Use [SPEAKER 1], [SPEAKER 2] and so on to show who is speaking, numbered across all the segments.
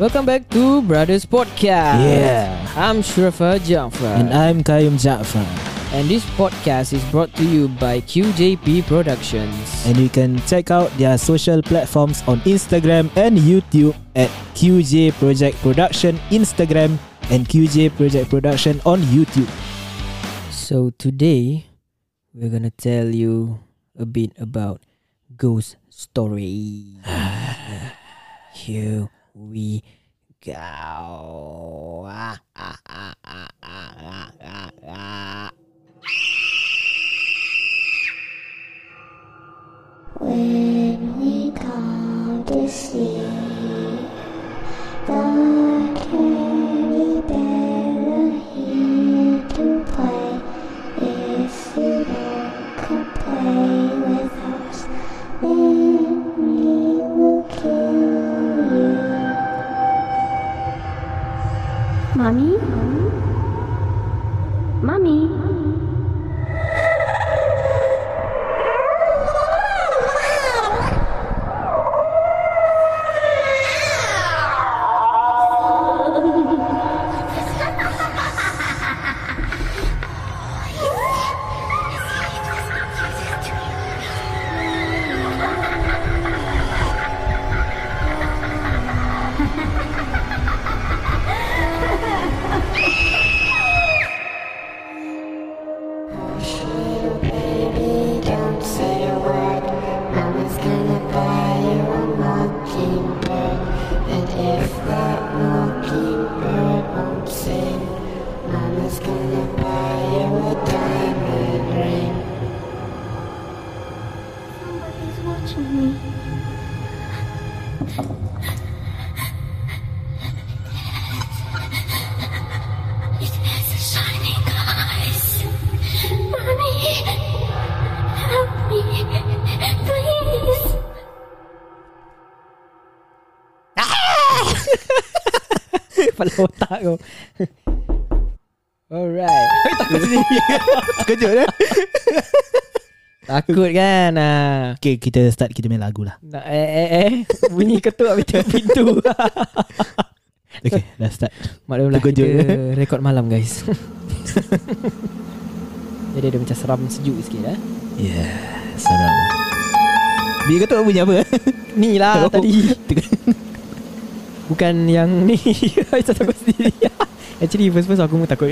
[SPEAKER 1] Welcome back to Brothers Podcast.
[SPEAKER 2] Yeah.
[SPEAKER 1] I'm Shrafa Jafar.
[SPEAKER 2] And I'm Kayum Ja'far.
[SPEAKER 1] And this podcast is brought to you by QJP Productions.
[SPEAKER 2] And you can check out their social platforms on Instagram and YouTube at QJ Project Production Instagram and QJ Project Production on YouTube.
[SPEAKER 1] so today, we're gonna tell you a bit about ghost story. Here we go.
[SPEAKER 3] When we come to sleep, the candy better here to play. If you don't come play with us, then we will kill you. Mommy? Mommy? Don't say a word. Mama's gonna buy you a mockingbird. And if that mockingbird won't sing, Mama's gonna buy you a diamond ring. Somebody's watching me. It has shining eyes. Mommy! Help me, please.
[SPEAKER 1] Kepala otak kau. Alright.
[SPEAKER 2] eh? Terkejut eh?
[SPEAKER 1] Takut kan? Ah.
[SPEAKER 2] Okay, kita start kita main lagu lah.
[SPEAKER 1] Nak eh eh eh Bunyi ketuk habis tengok pintu
[SPEAKER 2] Okay, dah start.
[SPEAKER 1] Maklumlah
[SPEAKER 2] Terkejut.
[SPEAKER 1] kita rekod malam guys Jadi dia macam seram sejuk sikit eh?
[SPEAKER 2] Yeah, seram. Bila kata bunyi apa?
[SPEAKER 1] Ni lah
[SPEAKER 2] Oh.
[SPEAKER 1] tadi Bukan yang ni Aisyah takut sendiri Actually first first aku pun takut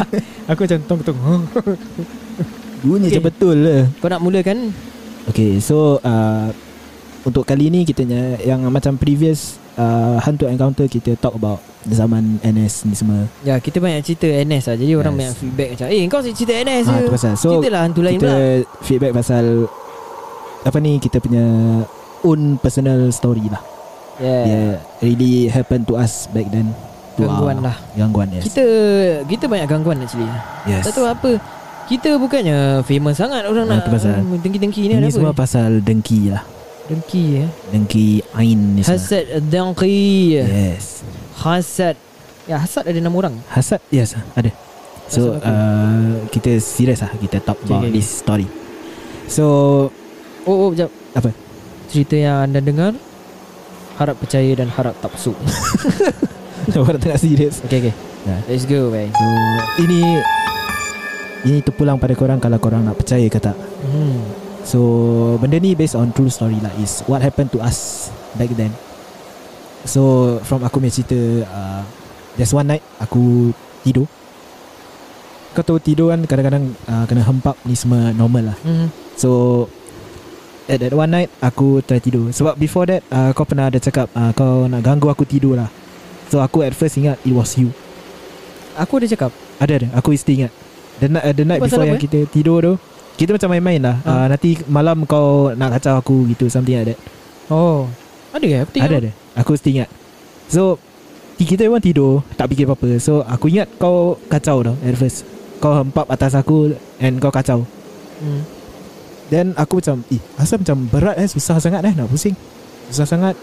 [SPEAKER 1] Aku macam tong tong
[SPEAKER 2] Bunyi
[SPEAKER 1] Okay.
[SPEAKER 2] okay. betul lah.
[SPEAKER 1] Kau nak mulakan
[SPEAKER 2] Okay, so uh, untuk kali ni kita nya- yang macam previous uh, hantu encounter kita talk about zaman NS ni semua.
[SPEAKER 1] Ya kita banyak cerita NS lah Jadi orang
[SPEAKER 2] Yes.
[SPEAKER 1] banyak feedback macam Eh kau cerita NS
[SPEAKER 2] Ah,
[SPEAKER 1] je
[SPEAKER 2] tu pasal. So,
[SPEAKER 1] Cerita lah hantu lain
[SPEAKER 2] kita
[SPEAKER 1] pula
[SPEAKER 2] feedback pasal apa ni kita punya own personal story lah.
[SPEAKER 1] Yeah, yeah.
[SPEAKER 2] Yeah, really happened to us back then. To
[SPEAKER 1] Gangguan
[SPEAKER 2] our-
[SPEAKER 1] lah
[SPEAKER 2] Gangguan yes.
[SPEAKER 1] Kita kita banyak gangguan actually
[SPEAKER 2] yes.
[SPEAKER 1] Tak tahu apa Kita bukannya famous sangat Orang
[SPEAKER 2] Ah,
[SPEAKER 1] nak
[SPEAKER 2] tu pasal.
[SPEAKER 1] uh, Dengki-dengki ni
[SPEAKER 2] ini
[SPEAKER 1] ada
[SPEAKER 2] semua
[SPEAKER 1] apa
[SPEAKER 2] pasal dengki lah.
[SPEAKER 1] Dengki ya
[SPEAKER 2] Dengki ain ni semua. Ya.
[SPEAKER 1] Hasad dengki
[SPEAKER 2] Yes.
[SPEAKER 1] Hasad Ya hasad ada enam orang
[SPEAKER 2] Hasad yes ah, ada.
[SPEAKER 1] Hasad
[SPEAKER 2] So
[SPEAKER 1] apa?
[SPEAKER 2] uh, kita serious lah kita talk
[SPEAKER 1] Okay,
[SPEAKER 2] about
[SPEAKER 1] okay,
[SPEAKER 2] this story. So
[SPEAKER 1] Oh oh sekejap
[SPEAKER 2] Apa?
[SPEAKER 1] Cerita yang anda dengar Harap percaya dan harap tapsu
[SPEAKER 2] Orang tengah serius
[SPEAKER 1] Okay okay
[SPEAKER 2] Ya.
[SPEAKER 1] Let's go man
[SPEAKER 2] So Ini Ini terpulang pada korang Kalau korang nak percaya ke tak
[SPEAKER 1] hmm.
[SPEAKER 2] So Benda ni based on true story lah Is what happened to us Back then So From aku punya cerita uh, There's one night Aku tidur Kau tahu tidur kan Kadang-kadang uh, Kena hempap Ni semua normal lah
[SPEAKER 1] Hmm.
[SPEAKER 2] So At that one night Aku try tidur Sebab before that uh, Kau pernah ada cakap uh, Kau nak ganggu aku tidur lah So aku at first ingat It was you
[SPEAKER 1] Aku ada cakap
[SPEAKER 2] Ada ada Aku still ingat The night, uh, the night
[SPEAKER 1] Pasal
[SPEAKER 2] before
[SPEAKER 1] apa,
[SPEAKER 2] yang
[SPEAKER 1] eh?
[SPEAKER 2] kita tidur tu Kita macam main-main lah
[SPEAKER 1] Ah.
[SPEAKER 2] uh, Nanti malam kau nak kacau aku gitu Something like that
[SPEAKER 1] Oh Ada ke aku
[SPEAKER 2] Ada ada Aku still ingat So ti- Kita memang tidur Tak fikir apa-apa So aku ingat kau kacau tau At first Kau hempap atas aku And kau kacau
[SPEAKER 1] hmm.
[SPEAKER 2] Then aku macam Eh asal macam berat eh Susah sangat eh Nak pusing Susah sangat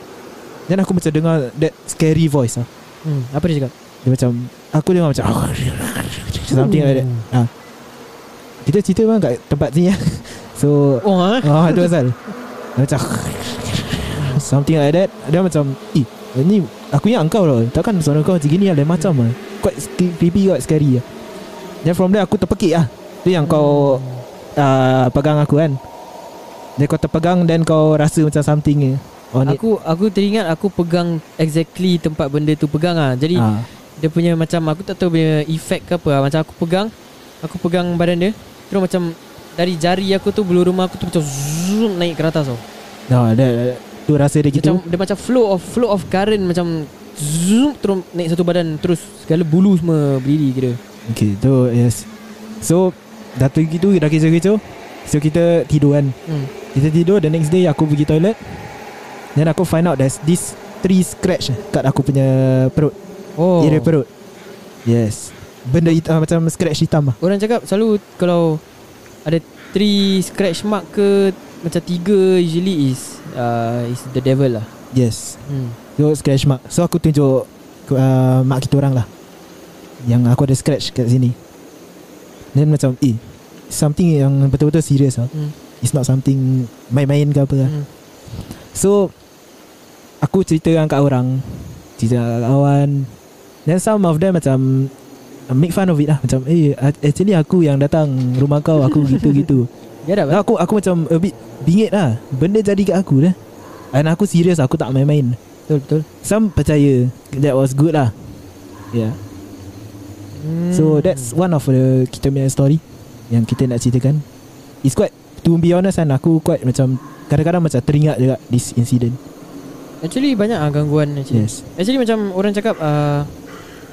[SPEAKER 2] Then aku macam dengar That scary voice lah
[SPEAKER 1] Hmm. Apa dia cakap
[SPEAKER 2] Dia macam Aku dengar macam Something like that Ha. Kita cerita memang kat tempat sini lah So
[SPEAKER 1] Oh ha?
[SPEAKER 2] Ah, itu asal Dia macam Something like that Dia macam Eh ni Aku ingat kau lah Takkan suara kau macam gini lah Lain macam lah Quite sc- creepy Quite scary lah Then from there aku terpekik lah Tu yang kau
[SPEAKER 1] Hmm.
[SPEAKER 2] uh, Pegang aku kan Then kau terpegang Then kau rasa macam something ni On it
[SPEAKER 1] Aku aku teringat aku pegang exactly tempat benda tu pegang ah. Jadi ha.
[SPEAKER 2] Ah,
[SPEAKER 1] dia punya macam aku tak tahu punya effect ke apa lah. Macam aku pegang aku pegang badan dia. Terus macam dari jari aku tu bulu rumah aku tu macam zoom naik ke atas tau.
[SPEAKER 2] no, that, Tu rasa dia
[SPEAKER 1] Macam
[SPEAKER 2] gitu
[SPEAKER 1] dia macam flow of flow of current macam zoom terus naik satu badan terus segala bulu semua berdiri kira.
[SPEAKER 2] Okay tu yes So Dah tu gitu Dah kecoh-kecoh So kita tidur kan
[SPEAKER 1] Hmm.
[SPEAKER 2] Kita tidur The next day aku pergi toilet Then aku find out There's this Three scratch Kat aku punya perut
[SPEAKER 1] Oh.
[SPEAKER 2] oh. Area perut Yes Benda hitam Macam scratch hitam lah
[SPEAKER 1] Orang cakap selalu kalau ada three scratch mark ke macam tiga usually is uh, is the devil lah.
[SPEAKER 2] Yes
[SPEAKER 1] Hmm.
[SPEAKER 2] So scratch mark So aku tunjuk uh, Mak kita orang lah Yang aku ada scratch kat sini Then macam Eh Something yang betul-betul serious lah
[SPEAKER 1] Hmm.
[SPEAKER 2] It's not something Main-main ke apa lah
[SPEAKER 1] Hmm.
[SPEAKER 2] So Aku cerita dengan kat orang Cerita dengan kat kawan Then some of them macam Make fun of it lah Macam eh Actually aku yang datang Rumah kau Aku gitu-gitu
[SPEAKER 1] Dia
[SPEAKER 2] Dan aku aku macam A bit bingit lah Benda jadi kat aku dah Dan aku serius Aku tak main-main
[SPEAKER 1] betul betul.
[SPEAKER 2] Some percaya That was good lah Yeah
[SPEAKER 1] Hmm.
[SPEAKER 2] So that's one of the Kita punya story Yang kita nak ceritakan It's quite To be honest kan Aku quite macam Kadang-kadang macam teringat juga This incident
[SPEAKER 1] actually banyak ah gangguan actually.
[SPEAKER 2] Yes
[SPEAKER 1] Actually macam orang cakap uh,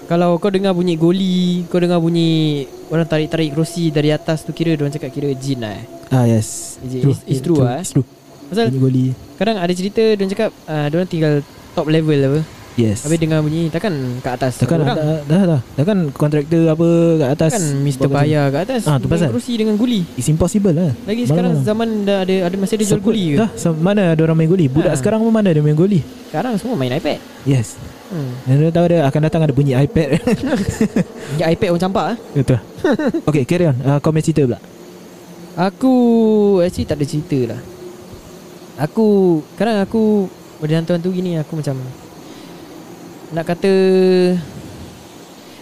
[SPEAKER 1] kalau kau dengar bunyi goli, kau dengar bunyi orang tarik-tarik kerusi dari atas tu kira orang cakap kira jin lah. Eh.
[SPEAKER 2] Ah yes
[SPEAKER 1] Is it- it's- it's true lah, eh?
[SPEAKER 2] It's true
[SPEAKER 1] Pasal
[SPEAKER 2] Bunyi goli
[SPEAKER 1] kadang ada cerita orang cakap uh, orang tinggal top level apa.
[SPEAKER 2] Yes
[SPEAKER 1] Habis dengar bunyi takkan kat atas.
[SPEAKER 2] Takkan
[SPEAKER 1] orang.
[SPEAKER 2] dah, dah, dah, dah kan kontraktor apa kat atas
[SPEAKER 1] Kan Mr.
[SPEAKER 2] Bagus.
[SPEAKER 1] Paya kat atas
[SPEAKER 2] Ah, tu
[SPEAKER 1] bunyi
[SPEAKER 2] pasal.
[SPEAKER 1] kerusi dengan guli
[SPEAKER 2] It's impossible lah
[SPEAKER 1] Lagi
[SPEAKER 2] Malam-malam.
[SPEAKER 1] sekarang zaman dah ada ada masih ada jual
[SPEAKER 2] Siapa-
[SPEAKER 1] guli ke?
[SPEAKER 2] Dah so, mana ada orang main guli Budak
[SPEAKER 1] Ha.
[SPEAKER 2] sekarang pun mana ada main guli
[SPEAKER 1] Sekarang semua main iPad.
[SPEAKER 2] Yes
[SPEAKER 1] Hmm.
[SPEAKER 2] Dan dia tahu dia akan datang ada bunyi iPad
[SPEAKER 1] Ya iPad orang campak ah.
[SPEAKER 2] Betul Okay carry on uh, Komen cerita pula
[SPEAKER 1] Aku actually tak ada cerita lah. Aku sekarang aku pada hantu-hantu gini aku macam nak kata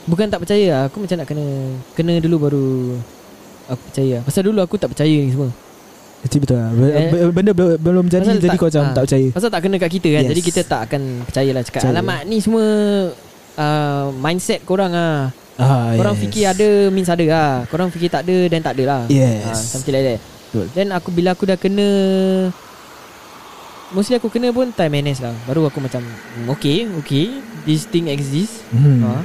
[SPEAKER 1] bukan tak percaya lah. aku macam nak kena kena dulu baru aku percaya. lah. Pasal dulu aku tak percaya ni semua.
[SPEAKER 2] Actually betul lah B-
[SPEAKER 1] Eh,
[SPEAKER 2] b- Benda belum, belum jadi
[SPEAKER 1] pasal
[SPEAKER 2] Jadi
[SPEAKER 1] tak-
[SPEAKER 2] kau macam
[SPEAKER 1] ha.
[SPEAKER 2] tak percaya
[SPEAKER 1] Pasal tak kena kat kita kan
[SPEAKER 2] Yes.
[SPEAKER 1] yes. Jadi kita tak akan percaya lah Cakap
[SPEAKER 2] Percaya.
[SPEAKER 1] alamak ni semua uh, Mindset korang ah.
[SPEAKER 2] ah,
[SPEAKER 1] Korang fikir ada Means ada lah Korang fikir tak ada Then tak ada lah
[SPEAKER 2] Yes.
[SPEAKER 1] Ah, Something like that
[SPEAKER 2] Betul.
[SPEAKER 1] Then aku bila aku dah kena Mostly aku kena pun Time NS lah Baru aku macam "Hmm, Okay Okay This thing exists
[SPEAKER 2] hmm.
[SPEAKER 1] hmm. ha.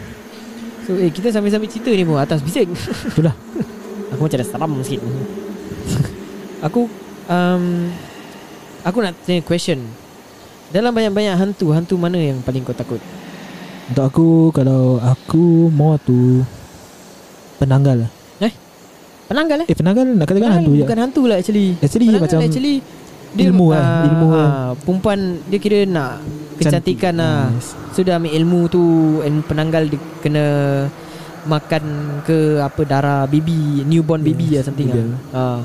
[SPEAKER 1] So eh kita sambil-sambil cerita ni pun Atas bising
[SPEAKER 2] Itulah
[SPEAKER 1] Aku macam dah seram sikit Aku um, Aku nak tanya question Dalam banyak-banyak hantu Hantu mana yang paling kau takut?
[SPEAKER 2] Untuk aku Kalau aku More to Penanggal lah
[SPEAKER 1] Penanggal eh?
[SPEAKER 2] Eh penanggal nak katakan
[SPEAKER 1] Penanggal
[SPEAKER 2] hantu je
[SPEAKER 1] bukan hantu lah actually
[SPEAKER 2] Actually
[SPEAKER 1] Penanggal
[SPEAKER 2] macam
[SPEAKER 1] actually
[SPEAKER 2] ilmu lah,
[SPEAKER 1] ah,
[SPEAKER 2] ilmu lah.
[SPEAKER 1] ah, Perempuan Dia kira nak
[SPEAKER 2] cantik.
[SPEAKER 1] Kecantikan lah
[SPEAKER 2] Yes.
[SPEAKER 1] Sudah ambil ilmu tu Ilmu penanggal dia Kena Makan ke Apa darah Baby Newborn baby lah
[SPEAKER 2] Yes,
[SPEAKER 1] something lah
[SPEAKER 2] betul.
[SPEAKER 1] Ah.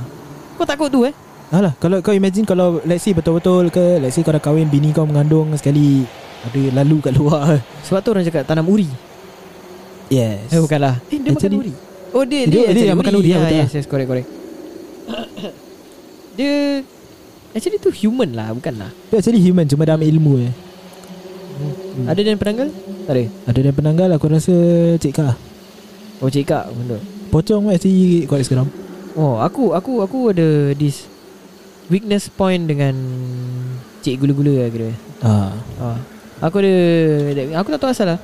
[SPEAKER 1] Kau takut tu eh?
[SPEAKER 2] Alah kalau kau imagine kalau let's say betul-betul ke let's say kau dah kahwin bini kau mengandung sekali ada lalu kat luar.
[SPEAKER 1] Sebab tu orang cakap Tanam uri
[SPEAKER 2] Yes.
[SPEAKER 1] Eh bukanlah Eh dia
[SPEAKER 2] Actually-
[SPEAKER 1] makan uri Oh dia
[SPEAKER 2] Eh, dia- dia
[SPEAKER 1] actually
[SPEAKER 2] yang makan uri, ya,
[SPEAKER 1] Ah,
[SPEAKER 2] betul lah.
[SPEAKER 1] Yes yes correct correct Dia Actually tu human lah Bukan lah
[SPEAKER 2] Dia actually human cuma dah ambil ilmu eh.
[SPEAKER 1] hmm. Ada dan penanggal? Tak ada
[SPEAKER 2] Ada dari penanggal aku rasa cik kah.
[SPEAKER 1] Oh cik kak benda.
[SPEAKER 2] Pocong pun actually kau ada sekarang.
[SPEAKER 1] Oh aku Aku aku ada this Weakness point dengan Cik gula-gula lah kira
[SPEAKER 2] Ah.
[SPEAKER 1] ah. Aku ada Aku tak tahu asal lah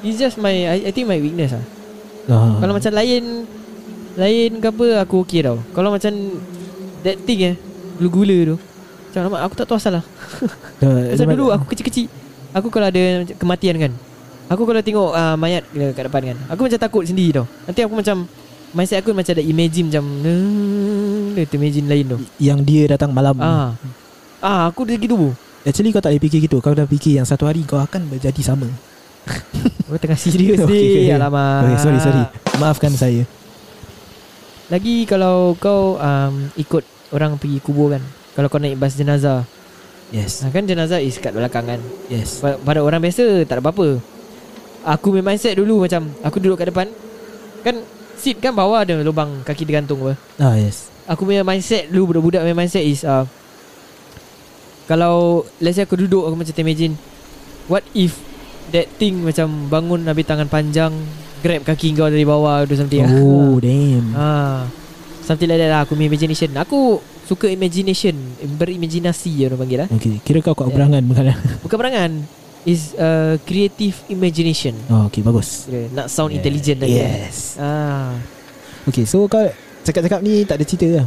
[SPEAKER 1] It's just my I, I think my weakness lah
[SPEAKER 2] ah.
[SPEAKER 1] Kalau macam lain Lain ke apa Aku okey tau Kalau macam That thing eh Gula-gula tu Macam nama Aku tak tahu asal lah
[SPEAKER 2] Dah-
[SPEAKER 1] Pasal
[SPEAKER 2] dah-
[SPEAKER 1] dulu aku kecil-kecil Aku kalau ada macam kematian kan Aku kalau tengok uh, mayat dia kat depan kan Aku macam takut sendiri tau Nanti aku macam Mindset aku macam ada imagine macam "Hmm," Dia imagine lain tu
[SPEAKER 2] yang dia datang malam.
[SPEAKER 1] Ah, ah Aku dia gitu bu
[SPEAKER 2] Actually kau tak boleh fikir gitu. Kau dah fikir yang satu hari kau akan berjadi sama.
[SPEAKER 1] Aku Oh, tengah serius
[SPEAKER 2] Okay,
[SPEAKER 1] ni
[SPEAKER 2] okay.
[SPEAKER 1] Alamak
[SPEAKER 2] Okay, sorry sorry. Maafkan saya.
[SPEAKER 1] Lagi kalau kau um, Ikut orang pergi kubur kan Kalau kau naik bas jenazah
[SPEAKER 2] Yes
[SPEAKER 1] ha, Kan jenazah is kat belakang kan
[SPEAKER 2] Yes
[SPEAKER 1] Ba- Pada orang biasa Tak ada apa-apa Aku main mindset dulu macam Aku duduk kat depan Kan Seat kan bawah ada lubang Kaki digantung apa
[SPEAKER 2] Ah yes
[SPEAKER 1] Aku punya mindset dulu Budak-budak punya mindset is uh, Kalau Let's say aku duduk Aku macam imagine What if That thing macam Bangun habis tangan panjang Grab kaki kau dari bawah Do something
[SPEAKER 2] Oh damn
[SPEAKER 1] ha. Something like that lah Aku punya imagination Aku Suka imagination Berimajinasi Orang panggil lah
[SPEAKER 2] Okay Kira kau kuat berangan bukan
[SPEAKER 1] Bukan perangan Is uh, Creative imagination
[SPEAKER 2] Oh okay bagus
[SPEAKER 1] Kira, Nak sound
[SPEAKER 2] Yeah.
[SPEAKER 1] intelligent lagi
[SPEAKER 2] Yes
[SPEAKER 1] ah.
[SPEAKER 2] Okay so kau Cakap-cakap ni tak ada cerita lah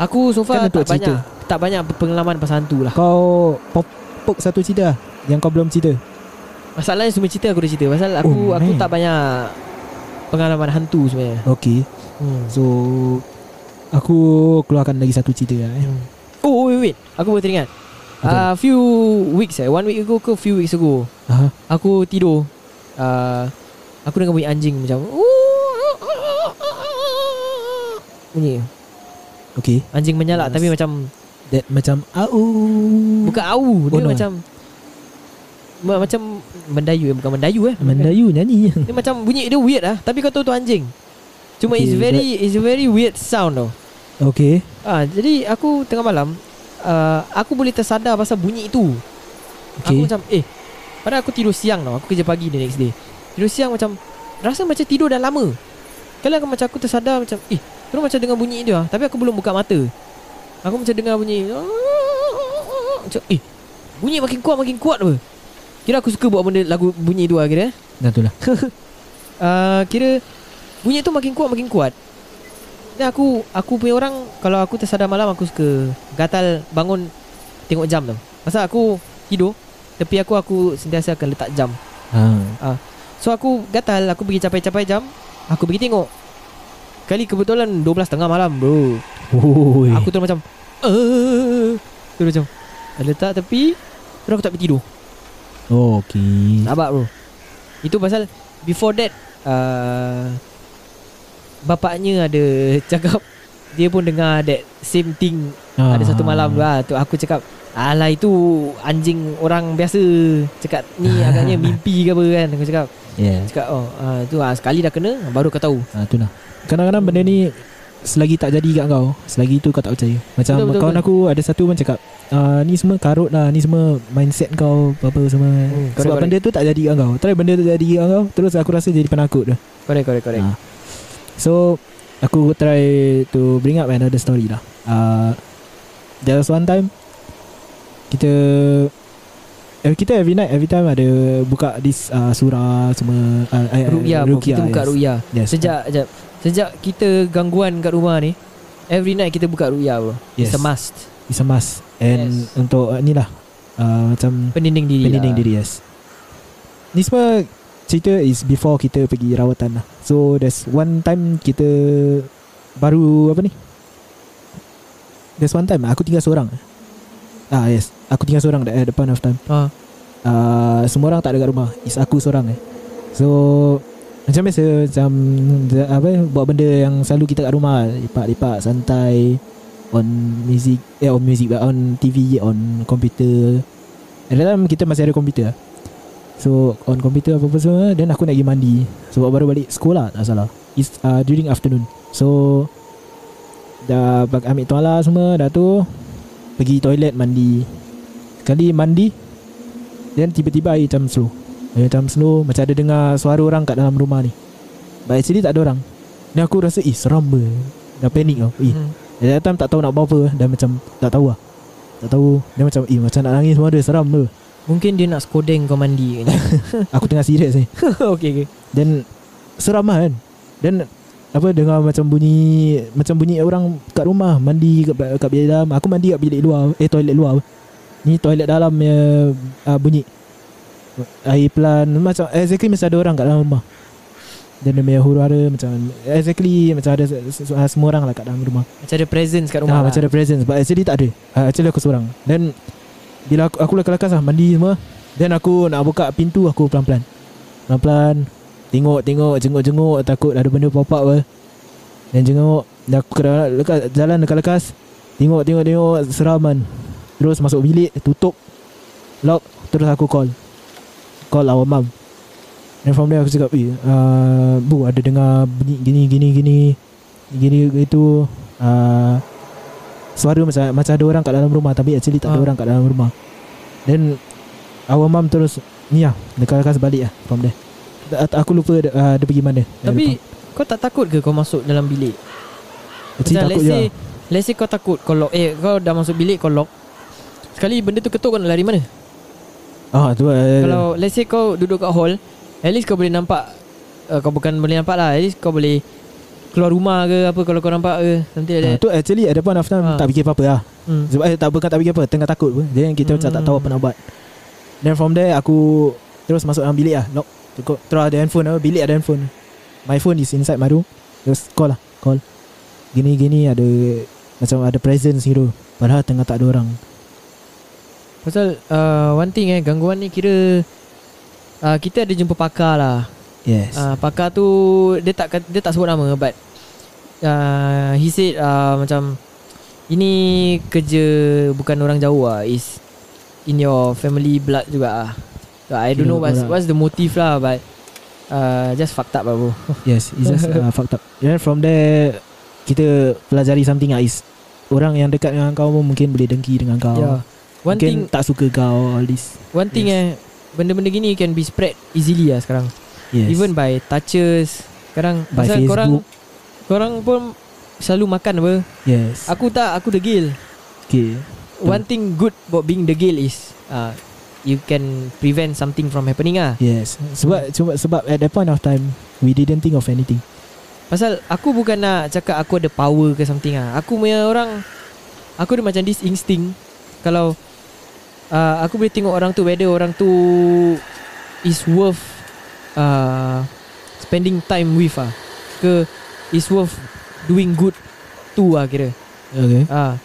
[SPEAKER 1] Aku so far
[SPEAKER 2] Kan
[SPEAKER 1] tak
[SPEAKER 2] untuk
[SPEAKER 1] banyak
[SPEAKER 2] cerita.
[SPEAKER 1] Tak banyak pengalaman pasal hantu lah
[SPEAKER 2] Kau pop, pop satu cerita lah Yang kau belum cerita
[SPEAKER 1] Masalahnya semua cerita aku dah cerita Pasal aku
[SPEAKER 2] Oh,
[SPEAKER 1] aku
[SPEAKER 2] man.
[SPEAKER 1] tak banyak Pengalaman hantu sebenarnya
[SPEAKER 2] Okay
[SPEAKER 1] hmm.
[SPEAKER 2] So Aku keluarkan lagi satu cerita lah eh.
[SPEAKER 1] Oh wait wait Aku baru teringat A
[SPEAKER 2] Betul.
[SPEAKER 1] uh, few weeks eh One week ago ke few weeks ago
[SPEAKER 2] Aha.
[SPEAKER 1] Aku tidur uh, Aku dengar bunyi anjing macam Bunyi
[SPEAKER 2] Okay
[SPEAKER 1] Anjing menyalak
[SPEAKER 2] Yes.
[SPEAKER 1] Tapi macam
[SPEAKER 2] That macam Au
[SPEAKER 1] Bukan au Dia
[SPEAKER 2] Oh, no.
[SPEAKER 1] macam ma- Macam Mendayu eh, Bukan mendayu eh
[SPEAKER 2] Mendayu nyanyi
[SPEAKER 1] Dia macam bunyi dia weird lah Tapi kau tahu tu anjing Cuma
[SPEAKER 2] Okay,
[SPEAKER 1] it's very It's a very weird sound tau
[SPEAKER 2] Okay
[SPEAKER 1] ah, Jadi aku tengah malam uh, Aku boleh tersadar pasal bunyi itu okay. Aku
[SPEAKER 2] Okay
[SPEAKER 1] macam Eh Padahal aku tidur siang tau Aku kerja pagi the next day Tidur siang macam Rasa macam tidur dah lama Kali aku macam aku tersadar macam Eh Terus macam dengar bunyi dia Tapi aku belum buka mata Aku macam dengar bunyi Macam eh Bunyi makin kuat makin kuat apa Kira aku suka buat benda lagu bunyi tu lah kira eh.
[SPEAKER 2] Dah tu lah
[SPEAKER 1] uh, Kira Bunyi tu makin kuat makin kuat Dan aku Aku punya orang Kalau aku tersadar malam Aku suka Gatal bangun Tengok jam tu Masa aku Tidur Tepi aku Aku sentiasa akan letak jam
[SPEAKER 2] ha.
[SPEAKER 1] So aku gatal Aku pergi capai-capai jam Aku pergi tengok Kali kebetulan 12.30 malam bro
[SPEAKER 2] Oi.
[SPEAKER 1] Aku terus macam "Eh." Terus macam Letak tepi Terus aku tak pergi tidur
[SPEAKER 2] Okay
[SPEAKER 1] Nampak bro Itu pasal Before that uh, Bapaknya ada Cakap Dia pun dengar That same thing
[SPEAKER 2] Ah.
[SPEAKER 1] Ada satu malam lah tu Aku cakap Alah itu Anjing orang biasa Cakap ni agaknya mimpi ke apa kan Aku cakap
[SPEAKER 2] Yeah
[SPEAKER 1] Cakap oh uh, tu ah, Sekali dah kena Baru kau tahu
[SPEAKER 2] ha, tu lah Kadang-kadang benda ni Selagi tak jadi kat kau Selagi tu kau tak percaya Macam
[SPEAKER 1] Betul,
[SPEAKER 2] betul,
[SPEAKER 1] betul,
[SPEAKER 2] kawan betul. aku Ada satu pun cakap ah, Ni semua karut lah Ni semua mindset kau Apa-apa semua
[SPEAKER 1] Hmm,
[SPEAKER 2] hmm,
[SPEAKER 1] correct,
[SPEAKER 2] Sebab
[SPEAKER 1] correct.
[SPEAKER 2] benda tu tak jadi kat kau Try benda tu jadi kat kau Terus aku rasa jadi penakut tu
[SPEAKER 1] Correct correct correct
[SPEAKER 2] Ah. So Aku try to bring up another story lah uh, There was one time Kita eh, Kita every night Every time ada Buka this uh, surah Semua uh, eh, eh,
[SPEAKER 1] Ruya bro Kita buka
[SPEAKER 2] yes.
[SPEAKER 1] Ruya
[SPEAKER 2] yes.
[SPEAKER 1] Sejak sekejap. Sejak kita gangguan kat rumah ni Every night kita buka Ruya bro It's
[SPEAKER 2] yes.
[SPEAKER 1] a must
[SPEAKER 2] It's a must And
[SPEAKER 1] Yes.
[SPEAKER 2] untuk uh, ni lah uh, Macam
[SPEAKER 1] Pendinding diri
[SPEAKER 2] Pendinding
[SPEAKER 1] lah.
[SPEAKER 2] diri yes Ni semua Cerita is before kita pergi rawatan lah So there's one time kita Baru apa ni There's one time Aku tinggal seorang Ah yes Aku tinggal seorang At the point of time
[SPEAKER 1] Ah.
[SPEAKER 2] uh, Semua orang tak ada kat rumah Is aku seorang eh So Macam biasa Macam the- Apa Buat benda yang selalu kita kat rumah Lepak-lepak Santai On music Eh on music pula, On TV On komputer At that time kita masih ada komputer lah. So on komputer apa-apa semua Then aku nak pergi mandi Sebab baru balik sekolah Tak salah It's uh, during afternoon So Dah bag- ambil tuala semua Dah tu Pergi toilet mandi Sekali mandi Then tiba-tiba air macam slow Air macam slow Macam ada dengar suara orang kat dalam rumah ni But actually tak ada orang Then aku rasa Eh seram ber Dah panik tau Eh
[SPEAKER 1] Hmm.
[SPEAKER 2] At that time tak tahu nak buat apa Dah macam Tak tahu lah Tak tahu Dia macam Eh macam nak nangis semua ada Seram tu
[SPEAKER 1] Mungkin dia nak skodeng kau mandi kan
[SPEAKER 2] Aku tengah serius ni
[SPEAKER 1] Okay okay
[SPEAKER 2] Then Seram lah kan Then Apa dengar macam bunyi Macam bunyi orang Kat rumah Mandi kat, kat bilik dalam Aku mandi kat bilik luar Eh toilet luar Ni toilet dalam uh, uh, Bunyi Air pelan Macam Exactly macam ada orang kat dalam rumah Dan dia punya huru-hara Macam Exactly Macam ada se- se- se- Semua orang lah kat dalam rumah
[SPEAKER 1] Macam ada presence kat
[SPEAKER 2] ah,
[SPEAKER 1] rumah lah.
[SPEAKER 2] Macam ada presence But actually tak ada uh, Actually aku seorang Then Bila aku, aku lekas-lekas lah Mandi semua Then aku nak buka pintu Aku pelan-pelan Pelan-pelan Tengok-tengok Jenguk-jenguk Takut ada benda pop up ke Then jenguk Dan aku kena lekas, Jalan lekas-lekas Tengok-tengok-tengok Seram kan Terus masuk bilik Tutup Lock Terus aku call Call our mum And from there aku cakap Eh uh, Bu ada dengar bunyi Gini gini gini Gini itu uh, Suara macam Macam ada orang kat dalam rumah Tapi actually tak ada
[SPEAKER 1] Ah.
[SPEAKER 2] orang kat dalam rumah Then Our mum terus Ni lah Dekat-dekat balik lah From there Ta- ta- Aku lupa uh, Dia pergi mana
[SPEAKER 1] Tapi kau tak takut ke kau masuk dalam bilik? Macam
[SPEAKER 2] Actually takut
[SPEAKER 1] let's
[SPEAKER 2] je lah.
[SPEAKER 1] say, Let's say kau takut kau lock Eh kau dah masuk bilik kau lock Sekali benda tu ketuk kau nak lari
[SPEAKER 2] Eh.
[SPEAKER 1] mana?
[SPEAKER 2] Ah tu uh,
[SPEAKER 1] Kalau let's say kau duduk kat hall At least kau boleh nampak uh, Kau bukan boleh nampak lah At least kau boleh Keluar rumah ke apa Kalau kau nampak ke Something like
[SPEAKER 2] Ah,
[SPEAKER 1] that
[SPEAKER 2] tu actually at the point of time
[SPEAKER 1] Ah.
[SPEAKER 2] tak fikir apa-apa lah
[SPEAKER 1] hmm.
[SPEAKER 2] Sebab eh, tak bukan tak fikir apa Tengah takut pun Jadi kita macam tak
[SPEAKER 1] Hmm.
[SPEAKER 2] tahu apa nak buat Then from there aku Terus masuk dalam bilik lah Lock Cukup Terus ada handphone lah Bilik ada handphone My phone is inside my room Terus call lah Call Gini gini ada Macam ada presence gitu Padahal tengah tak ada orang
[SPEAKER 1] Pasal uh, One thing eh Gangguan ni kira uh, Kita ada jumpa pakar lah
[SPEAKER 2] Yes
[SPEAKER 1] uh, Pakar tu Dia tak kat- dia tak sebut nama But uh, He said uh, Macam Ini kerja Bukan orang jauh lah Is In your family blood juga lah so, I don't
[SPEAKER 2] Kira
[SPEAKER 1] know what's,
[SPEAKER 2] orang.
[SPEAKER 1] what's the motive lah But uh, Just fucked up lah bro
[SPEAKER 2] Yes It's just uh, fucked up Then from there Kita pelajari something lah Is Orang yang dekat dengan kau pun Mungkin boleh dengki dengan kau
[SPEAKER 1] Yeah. Ya, One thing
[SPEAKER 2] Mungkin tak suka kau All this
[SPEAKER 1] one thing eh benda-benda gini can be spread easily lah sekarang.
[SPEAKER 2] yes.
[SPEAKER 1] Even by touches. Sekarang
[SPEAKER 2] By
[SPEAKER 1] pasal korang
[SPEAKER 2] Facebook.
[SPEAKER 1] korang pun selalu makan apa.
[SPEAKER 2] Yes
[SPEAKER 1] Aku tak, aku degil.
[SPEAKER 2] Okay
[SPEAKER 1] One thing good about being degil is uh, you can prevent something from happening ah.
[SPEAKER 2] Yes Sebab cuma sebab At that point of time We didn't think of anything
[SPEAKER 1] Pasal aku bukan nak cakap aku ada power ke something ah. Aku punya orang aku ada macam this instinct kalau uh, aku boleh tengok orang tu whether orang tu is worth uh, spending time with ah ke is worth doing good to ah kira.
[SPEAKER 2] Okay
[SPEAKER 1] Ah.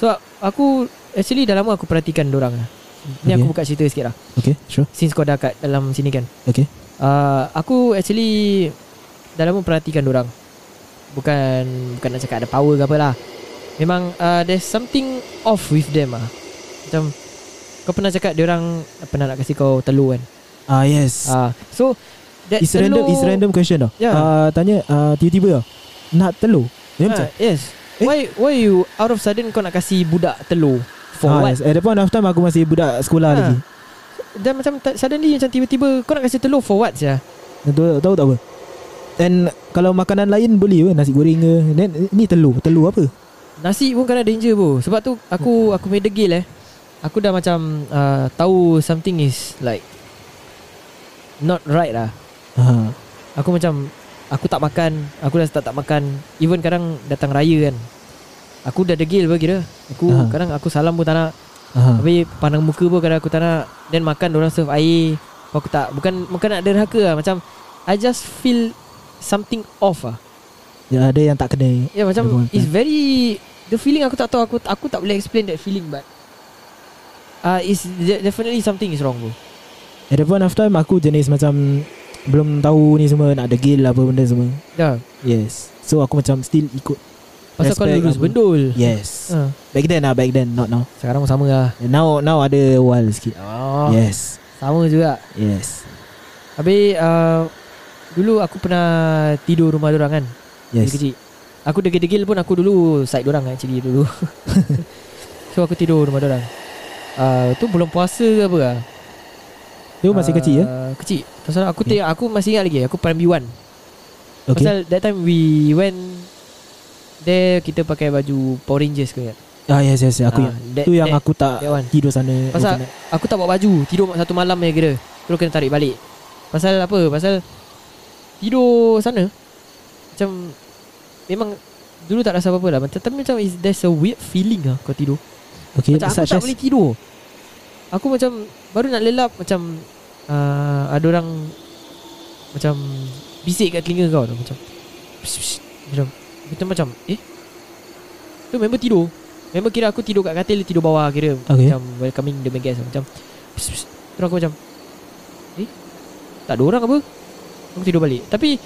[SPEAKER 1] So aku actually dah lama aku perhatikan dorang ah. Ni
[SPEAKER 2] Okay.
[SPEAKER 1] aku buka cerita sikit lah
[SPEAKER 2] Okay sure
[SPEAKER 1] Since kau dah kat dalam sini kan
[SPEAKER 2] Okay
[SPEAKER 1] uh, Aku actually Dah lama perhatikan orang Bukan Bukan nak cakap ada power ke apa lah Memang uh, There's something off with them ah. Macam Kau pernah cakap orang Pernah nak kasi kau telur kan
[SPEAKER 2] Ah yes Eh, uh,
[SPEAKER 1] uh, So That
[SPEAKER 2] It's random It's random question tau
[SPEAKER 1] Yeah.
[SPEAKER 2] Ah, Tanya ah, Tiba-tiba tau Nak telur Dia
[SPEAKER 1] ha,
[SPEAKER 2] macam
[SPEAKER 1] Yes
[SPEAKER 2] Eh?
[SPEAKER 1] Why why you Out of sudden kau nak kasi budak telur For
[SPEAKER 2] Ah,
[SPEAKER 1] what
[SPEAKER 2] yes. At that point of time Aku masih budak sekolah
[SPEAKER 1] Ah.
[SPEAKER 2] lagi
[SPEAKER 1] Dan macam t- Suddenly macam tiba-tiba Kau nak kasi telur for what ya
[SPEAKER 2] Tahu, tahu tak apa And Kalau makanan lain boleh ke Nasi goreng ke Then ni telur Telur apa
[SPEAKER 1] Nasi pun kena danger bro Sebab tu aku aku punya degil eh Aku dah macam uh, tahu something is like Not right lah
[SPEAKER 2] ah,
[SPEAKER 1] Aku macam Aku tak makan Aku dah tak tak makan Even kadang datang raya kan Aku dah degil pun kira Aku
[SPEAKER 2] Aha.
[SPEAKER 1] kadang aku salam pun tak nak
[SPEAKER 2] ah.
[SPEAKER 1] Habis pandang muka pun kadang aku tak nak Then makan orang serve air Pun aku tak Bukan bukan nak derhaka lah Macam I just feel Something off ah.
[SPEAKER 2] Ya, Ada yang tak kena
[SPEAKER 1] Ya macam
[SPEAKER 2] Everyone
[SPEAKER 1] It's very The feeling aku tak tahu Aku aku tak boleh explain that feeling But uh, It's de- definitely something is wrong bro
[SPEAKER 2] At that point of time Aku jenis macam Belum tahu ni semua Nak degil apa benda semua
[SPEAKER 1] Dah
[SPEAKER 2] Yes So aku macam still ikut
[SPEAKER 1] Pasal kau
[SPEAKER 2] Respect
[SPEAKER 1] lurus
[SPEAKER 2] apa.
[SPEAKER 1] bendul
[SPEAKER 2] Yes
[SPEAKER 1] ha.
[SPEAKER 2] Back then lah Back then Not now
[SPEAKER 1] Sekarang pun sama lah
[SPEAKER 2] And Now now ada wall sikit
[SPEAKER 1] oh.
[SPEAKER 2] Yes
[SPEAKER 1] Sama juga
[SPEAKER 2] Yes
[SPEAKER 1] Habis uh, Dulu aku pernah Tidur rumah dorang kan Dari
[SPEAKER 2] Yes
[SPEAKER 1] kecil Aku degil-degil pun Aku dulu Side dorang actually dulu So aku tidur rumah dorang uh, Tu belum puasa ke apa lah
[SPEAKER 2] Tu masih
[SPEAKER 1] Ah,
[SPEAKER 2] kecil ya
[SPEAKER 1] Kecil Pasal aku tengok Aku masih ingat lagi Aku primary one Okay.
[SPEAKER 2] Okay
[SPEAKER 1] Pasal that time we went There kita pakai baju Power Rangers ke ingat
[SPEAKER 2] Ah yes yes yes, Aku
[SPEAKER 1] Ah,
[SPEAKER 2] yang
[SPEAKER 1] that,
[SPEAKER 2] Tu yang
[SPEAKER 1] that,
[SPEAKER 2] aku tak
[SPEAKER 1] that one.
[SPEAKER 2] Tidur sana
[SPEAKER 1] Pasal-
[SPEAKER 2] overnight.
[SPEAKER 1] Aku tak bawa baju Tidur satu malam je kira Terus kena tarik balik Pasal apa Pasal Tidur sana Macam Memang Dulu tak rasa apa-apa lah macam, Tapi macam is, There's a weird feeling lah Kau tidur
[SPEAKER 2] Okay
[SPEAKER 1] Macam aku
[SPEAKER 2] such
[SPEAKER 1] tak
[SPEAKER 2] as-
[SPEAKER 1] boleh tidur Aku macam Baru nak lelap Macam uh, Ada orang Macam Bisik kat telinga kau tu Macam psh, psh, Macam Kita macam Eh Tu member tidur Member kira aku tidur kat katil dia Tidur bawah kira
[SPEAKER 2] Okay.
[SPEAKER 1] Macam welcoming the guest lah. Macam psh, psh. Terus aku macam Eh Tak ada orang apa Aku tidur balik Tapi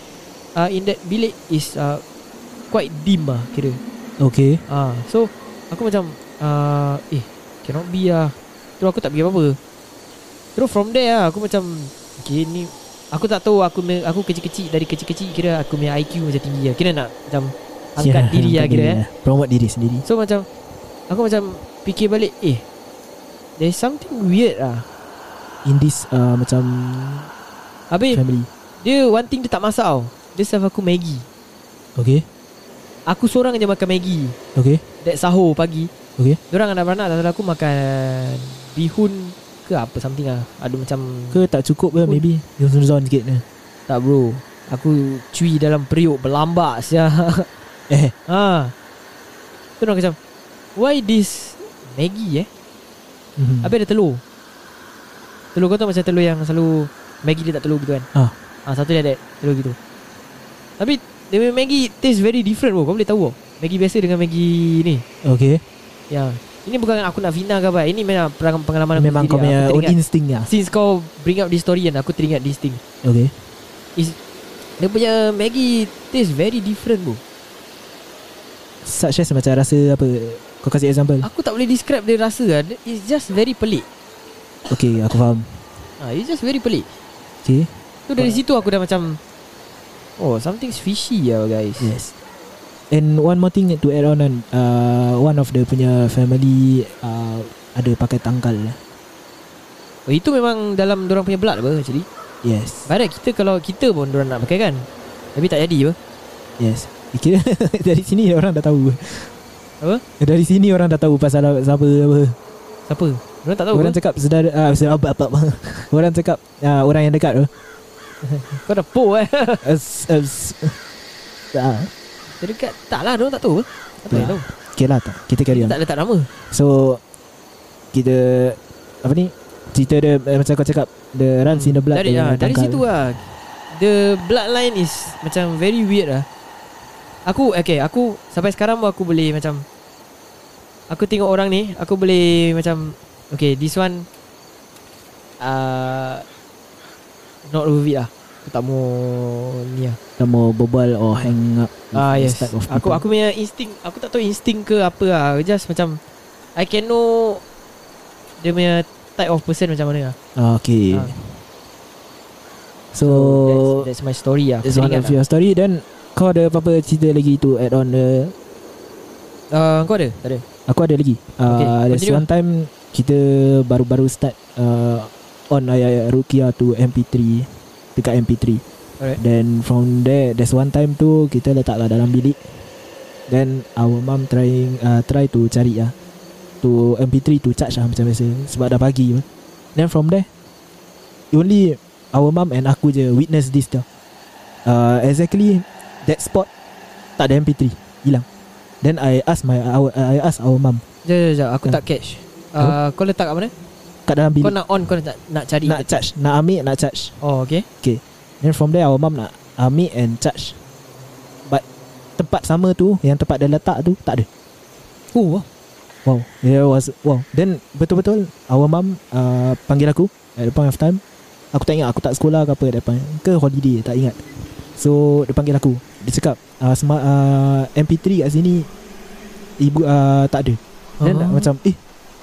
[SPEAKER 1] uh, In that bilik Is uh, Quite dim lah kira
[SPEAKER 2] Okay
[SPEAKER 1] Ah, so aku macam uh, eh Cannot be lah Terus aku tak pergi apa-apa Terus from there lah Aku macam Okay ni Aku tak tahu Aku punya- aku kecil-kecil Dari kecil-kecil Kira aku punya IQ macam tinggi lah Kira nak macam Angkat
[SPEAKER 2] Kira-
[SPEAKER 1] diri lah
[SPEAKER 2] angkat
[SPEAKER 1] kira eh
[SPEAKER 2] lah. Promote diri sendiri
[SPEAKER 1] So macam Aku macam Fikir balik Eh There's something weird lah
[SPEAKER 2] In this uh, Macam
[SPEAKER 1] Habis
[SPEAKER 2] Family
[SPEAKER 1] Dia one thing dia tak masak tau Dia serve aku Maggi
[SPEAKER 2] Okay
[SPEAKER 1] Aku seorang je makan Maggi
[SPEAKER 2] Okay
[SPEAKER 1] That sahur pagi
[SPEAKER 2] Okay.
[SPEAKER 1] Diorang anak-anak Tak salah aku makan Bihun Ke apa something lah Ada macam
[SPEAKER 2] Ke tak cukup ke maybe Dia zon sikit ni
[SPEAKER 1] Tak bro Aku cui dalam periuk Berlambak sia
[SPEAKER 2] Eh
[SPEAKER 1] ha. Tu orang macam Why this Maggi eh
[SPEAKER 2] mm-hmm.
[SPEAKER 1] Habis ada telur Telur kau tahu macam telur yang selalu Maggi dia tak telur gitu kan
[SPEAKER 2] Ah.
[SPEAKER 1] ha satu dia ada telur gitu Tapi Dia punya Maggi Taste very different bro Kau boleh tahu bro. Maggi biasa dengan Maggi ni
[SPEAKER 2] Okay
[SPEAKER 1] Ya Ini bukan aku nak fitnah ke apa Ini memang perang- pengalaman aku
[SPEAKER 2] Memang
[SPEAKER 1] sendiri
[SPEAKER 2] kau
[SPEAKER 1] lah. Aku
[SPEAKER 2] punya Own
[SPEAKER 1] teringat-
[SPEAKER 2] instinct lah
[SPEAKER 1] Since kau bring up this story kan Aku teringat this thing
[SPEAKER 2] Okay
[SPEAKER 1] Dia punya Maggi Taste very different bro
[SPEAKER 2] Such as macam rasa apa Kau kasih example
[SPEAKER 1] Aku tak boleh describe dia rasa lah Dia- It's just very pelik
[SPEAKER 2] Okay aku faham
[SPEAKER 1] ha, It's just very pelik
[SPEAKER 2] Okay
[SPEAKER 1] Tu dari
[SPEAKER 2] Ha.
[SPEAKER 1] situ aku dah macam Oh something's fishy lah guys
[SPEAKER 2] Yes. And one more thing to add on kan, uh, one of the punya family uh, ada pakai tangkal.
[SPEAKER 1] oh, Itu memang dalam orang punya blood apa actually
[SPEAKER 2] Yes.
[SPEAKER 1] Barat kita kalau kita pun orang nak pakai kan Tapi tak jadi apa
[SPEAKER 2] Yes. Kira dari sini orang dah tahu.
[SPEAKER 1] Apa?
[SPEAKER 2] Dari sini orang dah tahu pasal apa siapa apa.
[SPEAKER 1] Siapa Orang tak tahu
[SPEAKER 2] orang
[SPEAKER 1] apa?
[SPEAKER 2] cakap sedar uh, sedar apa, apa, apa. Orang cakap uh, orang yang dekat tu.
[SPEAKER 1] Kau dah po eh
[SPEAKER 2] Uh, s- uh, s- uh,
[SPEAKER 1] Terdekat Tak lah orang tak tahu apa Tak tahu,
[SPEAKER 2] Ya.
[SPEAKER 1] tak tahu.
[SPEAKER 2] okay lah tak. Kita carry on.
[SPEAKER 1] Tak letak nama
[SPEAKER 2] So kita apa ni? Cerita dia eh, macam kau cakap the runs in the blood
[SPEAKER 1] Dari,
[SPEAKER 2] dia
[SPEAKER 1] ah, dari
[SPEAKER 2] tangkal.
[SPEAKER 1] situ lah The bloodline is Macam very weird lah Aku Okay aku Sampai sekarang pun aku boleh macam Aku tengok orang ni Aku boleh macam Okay this one uh, Not worth it lah Aku tak mau Ni lah
[SPEAKER 2] Kita mau berbual or hang up with
[SPEAKER 1] Ah
[SPEAKER 2] this
[SPEAKER 1] yes
[SPEAKER 2] type of
[SPEAKER 1] Aku
[SPEAKER 2] people.
[SPEAKER 1] aku punya insting Aku tak tahu insting ke apa lah Just macam I can know Dia punya Type of person macam mana lah
[SPEAKER 2] Ah, Okay
[SPEAKER 1] Ah.
[SPEAKER 2] So
[SPEAKER 1] that's, that's my story lah Aku
[SPEAKER 2] It's one
[SPEAKER 1] teringat
[SPEAKER 2] of your story Then Kau ada apa-apa cerita lagi To add on the
[SPEAKER 1] Uh, kau ada? Tak ada.
[SPEAKER 2] Aku ada lagi uh,
[SPEAKER 1] Okay,
[SPEAKER 2] There's
[SPEAKER 1] continue.
[SPEAKER 2] one time Kita baru-baru start uh, On ayat-ayat Rukia to MP3 Dekat MP3
[SPEAKER 1] Alright.
[SPEAKER 2] Then from there There's one time tu Kita letaklah dalam bilik Then our mum trying uh, Try to cari lah To MP3 to charge lah Macam biasa Sebab dah pagi pun Then from there Only Our mum and aku je Witness this tau uh, Exactly That spot Tak ada MP3 Hilang Then I ask my our, I ask our mum
[SPEAKER 1] Jom, jom, jom. Aku
[SPEAKER 2] Ah.
[SPEAKER 1] tak catch. Uh, kau letak kat mana?
[SPEAKER 2] Kat dalam
[SPEAKER 1] Kau
[SPEAKER 2] bilik
[SPEAKER 1] nak on, kau nak, nak cari.
[SPEAKER 2] Nak charge Nak ambil nak charge
[SPEAKER 1] Oh, okay.
[SPEAKER 2] Then from there our mum nak ambil and charge But Tempat sama tu Yang tempat dia letak tu Tak ada
[SPEAKER 1] Oh, wow.
[SPEAKER 2] Wow It was Wow Then betul-betul Our mum uh, Panggil aku At the point of time Aku tak ingat Aku tak sekolah ke apa at that point. Ke holiday Tak ingat So Dia panggil aku Dia cakap uh, sma- uh, MP3 kat sini Ibu uh, Tak ada Then
[SPEAKER 1] Ah.
[SPEAKER 2] uh macam Eh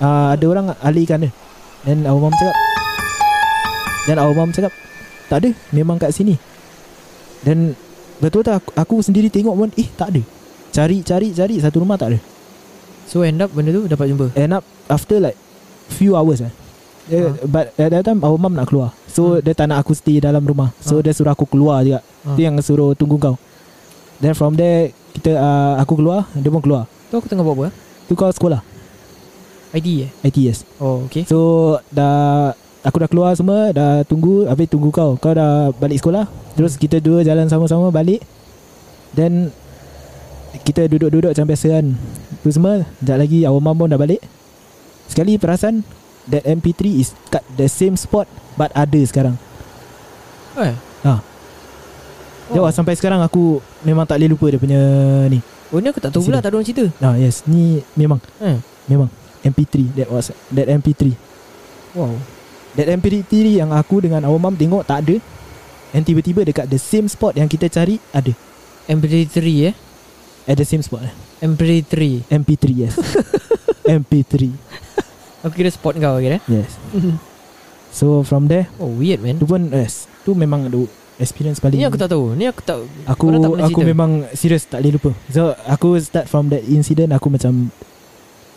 [SPEAKER 2] uh, Ada orang alihkan dia Then our mum cakap Then our mum cakap Tak ada Memang kat sini Then Betul tak aku, aku sendiri tengok pun Eh tak ada Cari cari cari Satu rumah tak ada
[SPEAKER 1] So, end up benda tu dapat jumpa.
[SPEAKER 2] End up After like Few hours eh dia,
[SPEAKER 1] Ah.
[SPEAKER 2] But at that time Our mum nak keluar So
[SPEAKER 1] Hmm.
[SPEAKER 2] dia tak nak aku stay dalam rumah So
[SPEAKER 1] Ah.
[SPEAKER 2] dia suruh aku keluar juga
[SPEAKER 1] Ah.
[SPEAKER 2] Dia yang suruh tunggu kau Then from there Kita uh, Aku keluar Dia pun keluar
[SPEAKER 1] Tu aku tengah buat apa? eh?
[SPEAKER 2] Tu kau sekolah
[SPEAKER 1] ID eh?
[SPEAKER 2] ITS
[SPEAKER 1] Oh, okay.
[SPEAKER 2] So dah Aku dah keluar semua Dah tunggu Habis tunggu kau Kau dah balik sekolah Terus kita dua jalan sama-sama balik Then Kita duduk-duduk macam biasa kan Itu semua Sekejap lagi Our mum pun dah balik Sekali perasan That MP3 is Kat the same spot But ada sekarang
[SPEAKER 1] Eh.
[SPEAKER 2] Ah. Dia
[SPEAKER 1] Oh.
[SPEAKER 2] oh. sampai sekarang aku Memang tak boleh lupa dia punya ni
[SPEAKER 1] oh, ni aku tak tahu
[SPEAKER 2] Sini.
[SPEAKER 1] pula. Tak ada orang cerita.
[SPEAKER 2] Ah yes Ni memang
[SPEAKER 1] Eh.
[SPEAKER 2] Memang MP3 That was That MP3
[SPEAKER 1] Wow.
[SPEAKER 2] That MP3 yang aku dengan our mum tengok tak ada And tiba-tiba dekat the same spot yang kita cari ada
[SPEAKER 1] MP3 eh?
[SPEAKER 2] At the same spot
[SPEAKER 1] MP3.
[SPEAKER 2] MP3 yes MP3
[SPEAKER 1] Aku kira spot kau kira
[SPEAKER 2] Yes
[SPEAKER 1] Mm-hmm.
[SPEAKER 2] So from there
[SPEAKER 1] Oh weird man
[SPEAKER 2] Tu pun yes Tu memang the Experience paling
[SPEAKER 1] Ni aku tak tahu Ni aku tak
[SPEAKER 2] Aku
[SPEAKER 1] korang tak pernah
[SPEAKER 2] aku
[SPEAKER 1] cerita?
[SPEAKER 2] memang serius tak boleh lupa. So aku start from that incident aku macam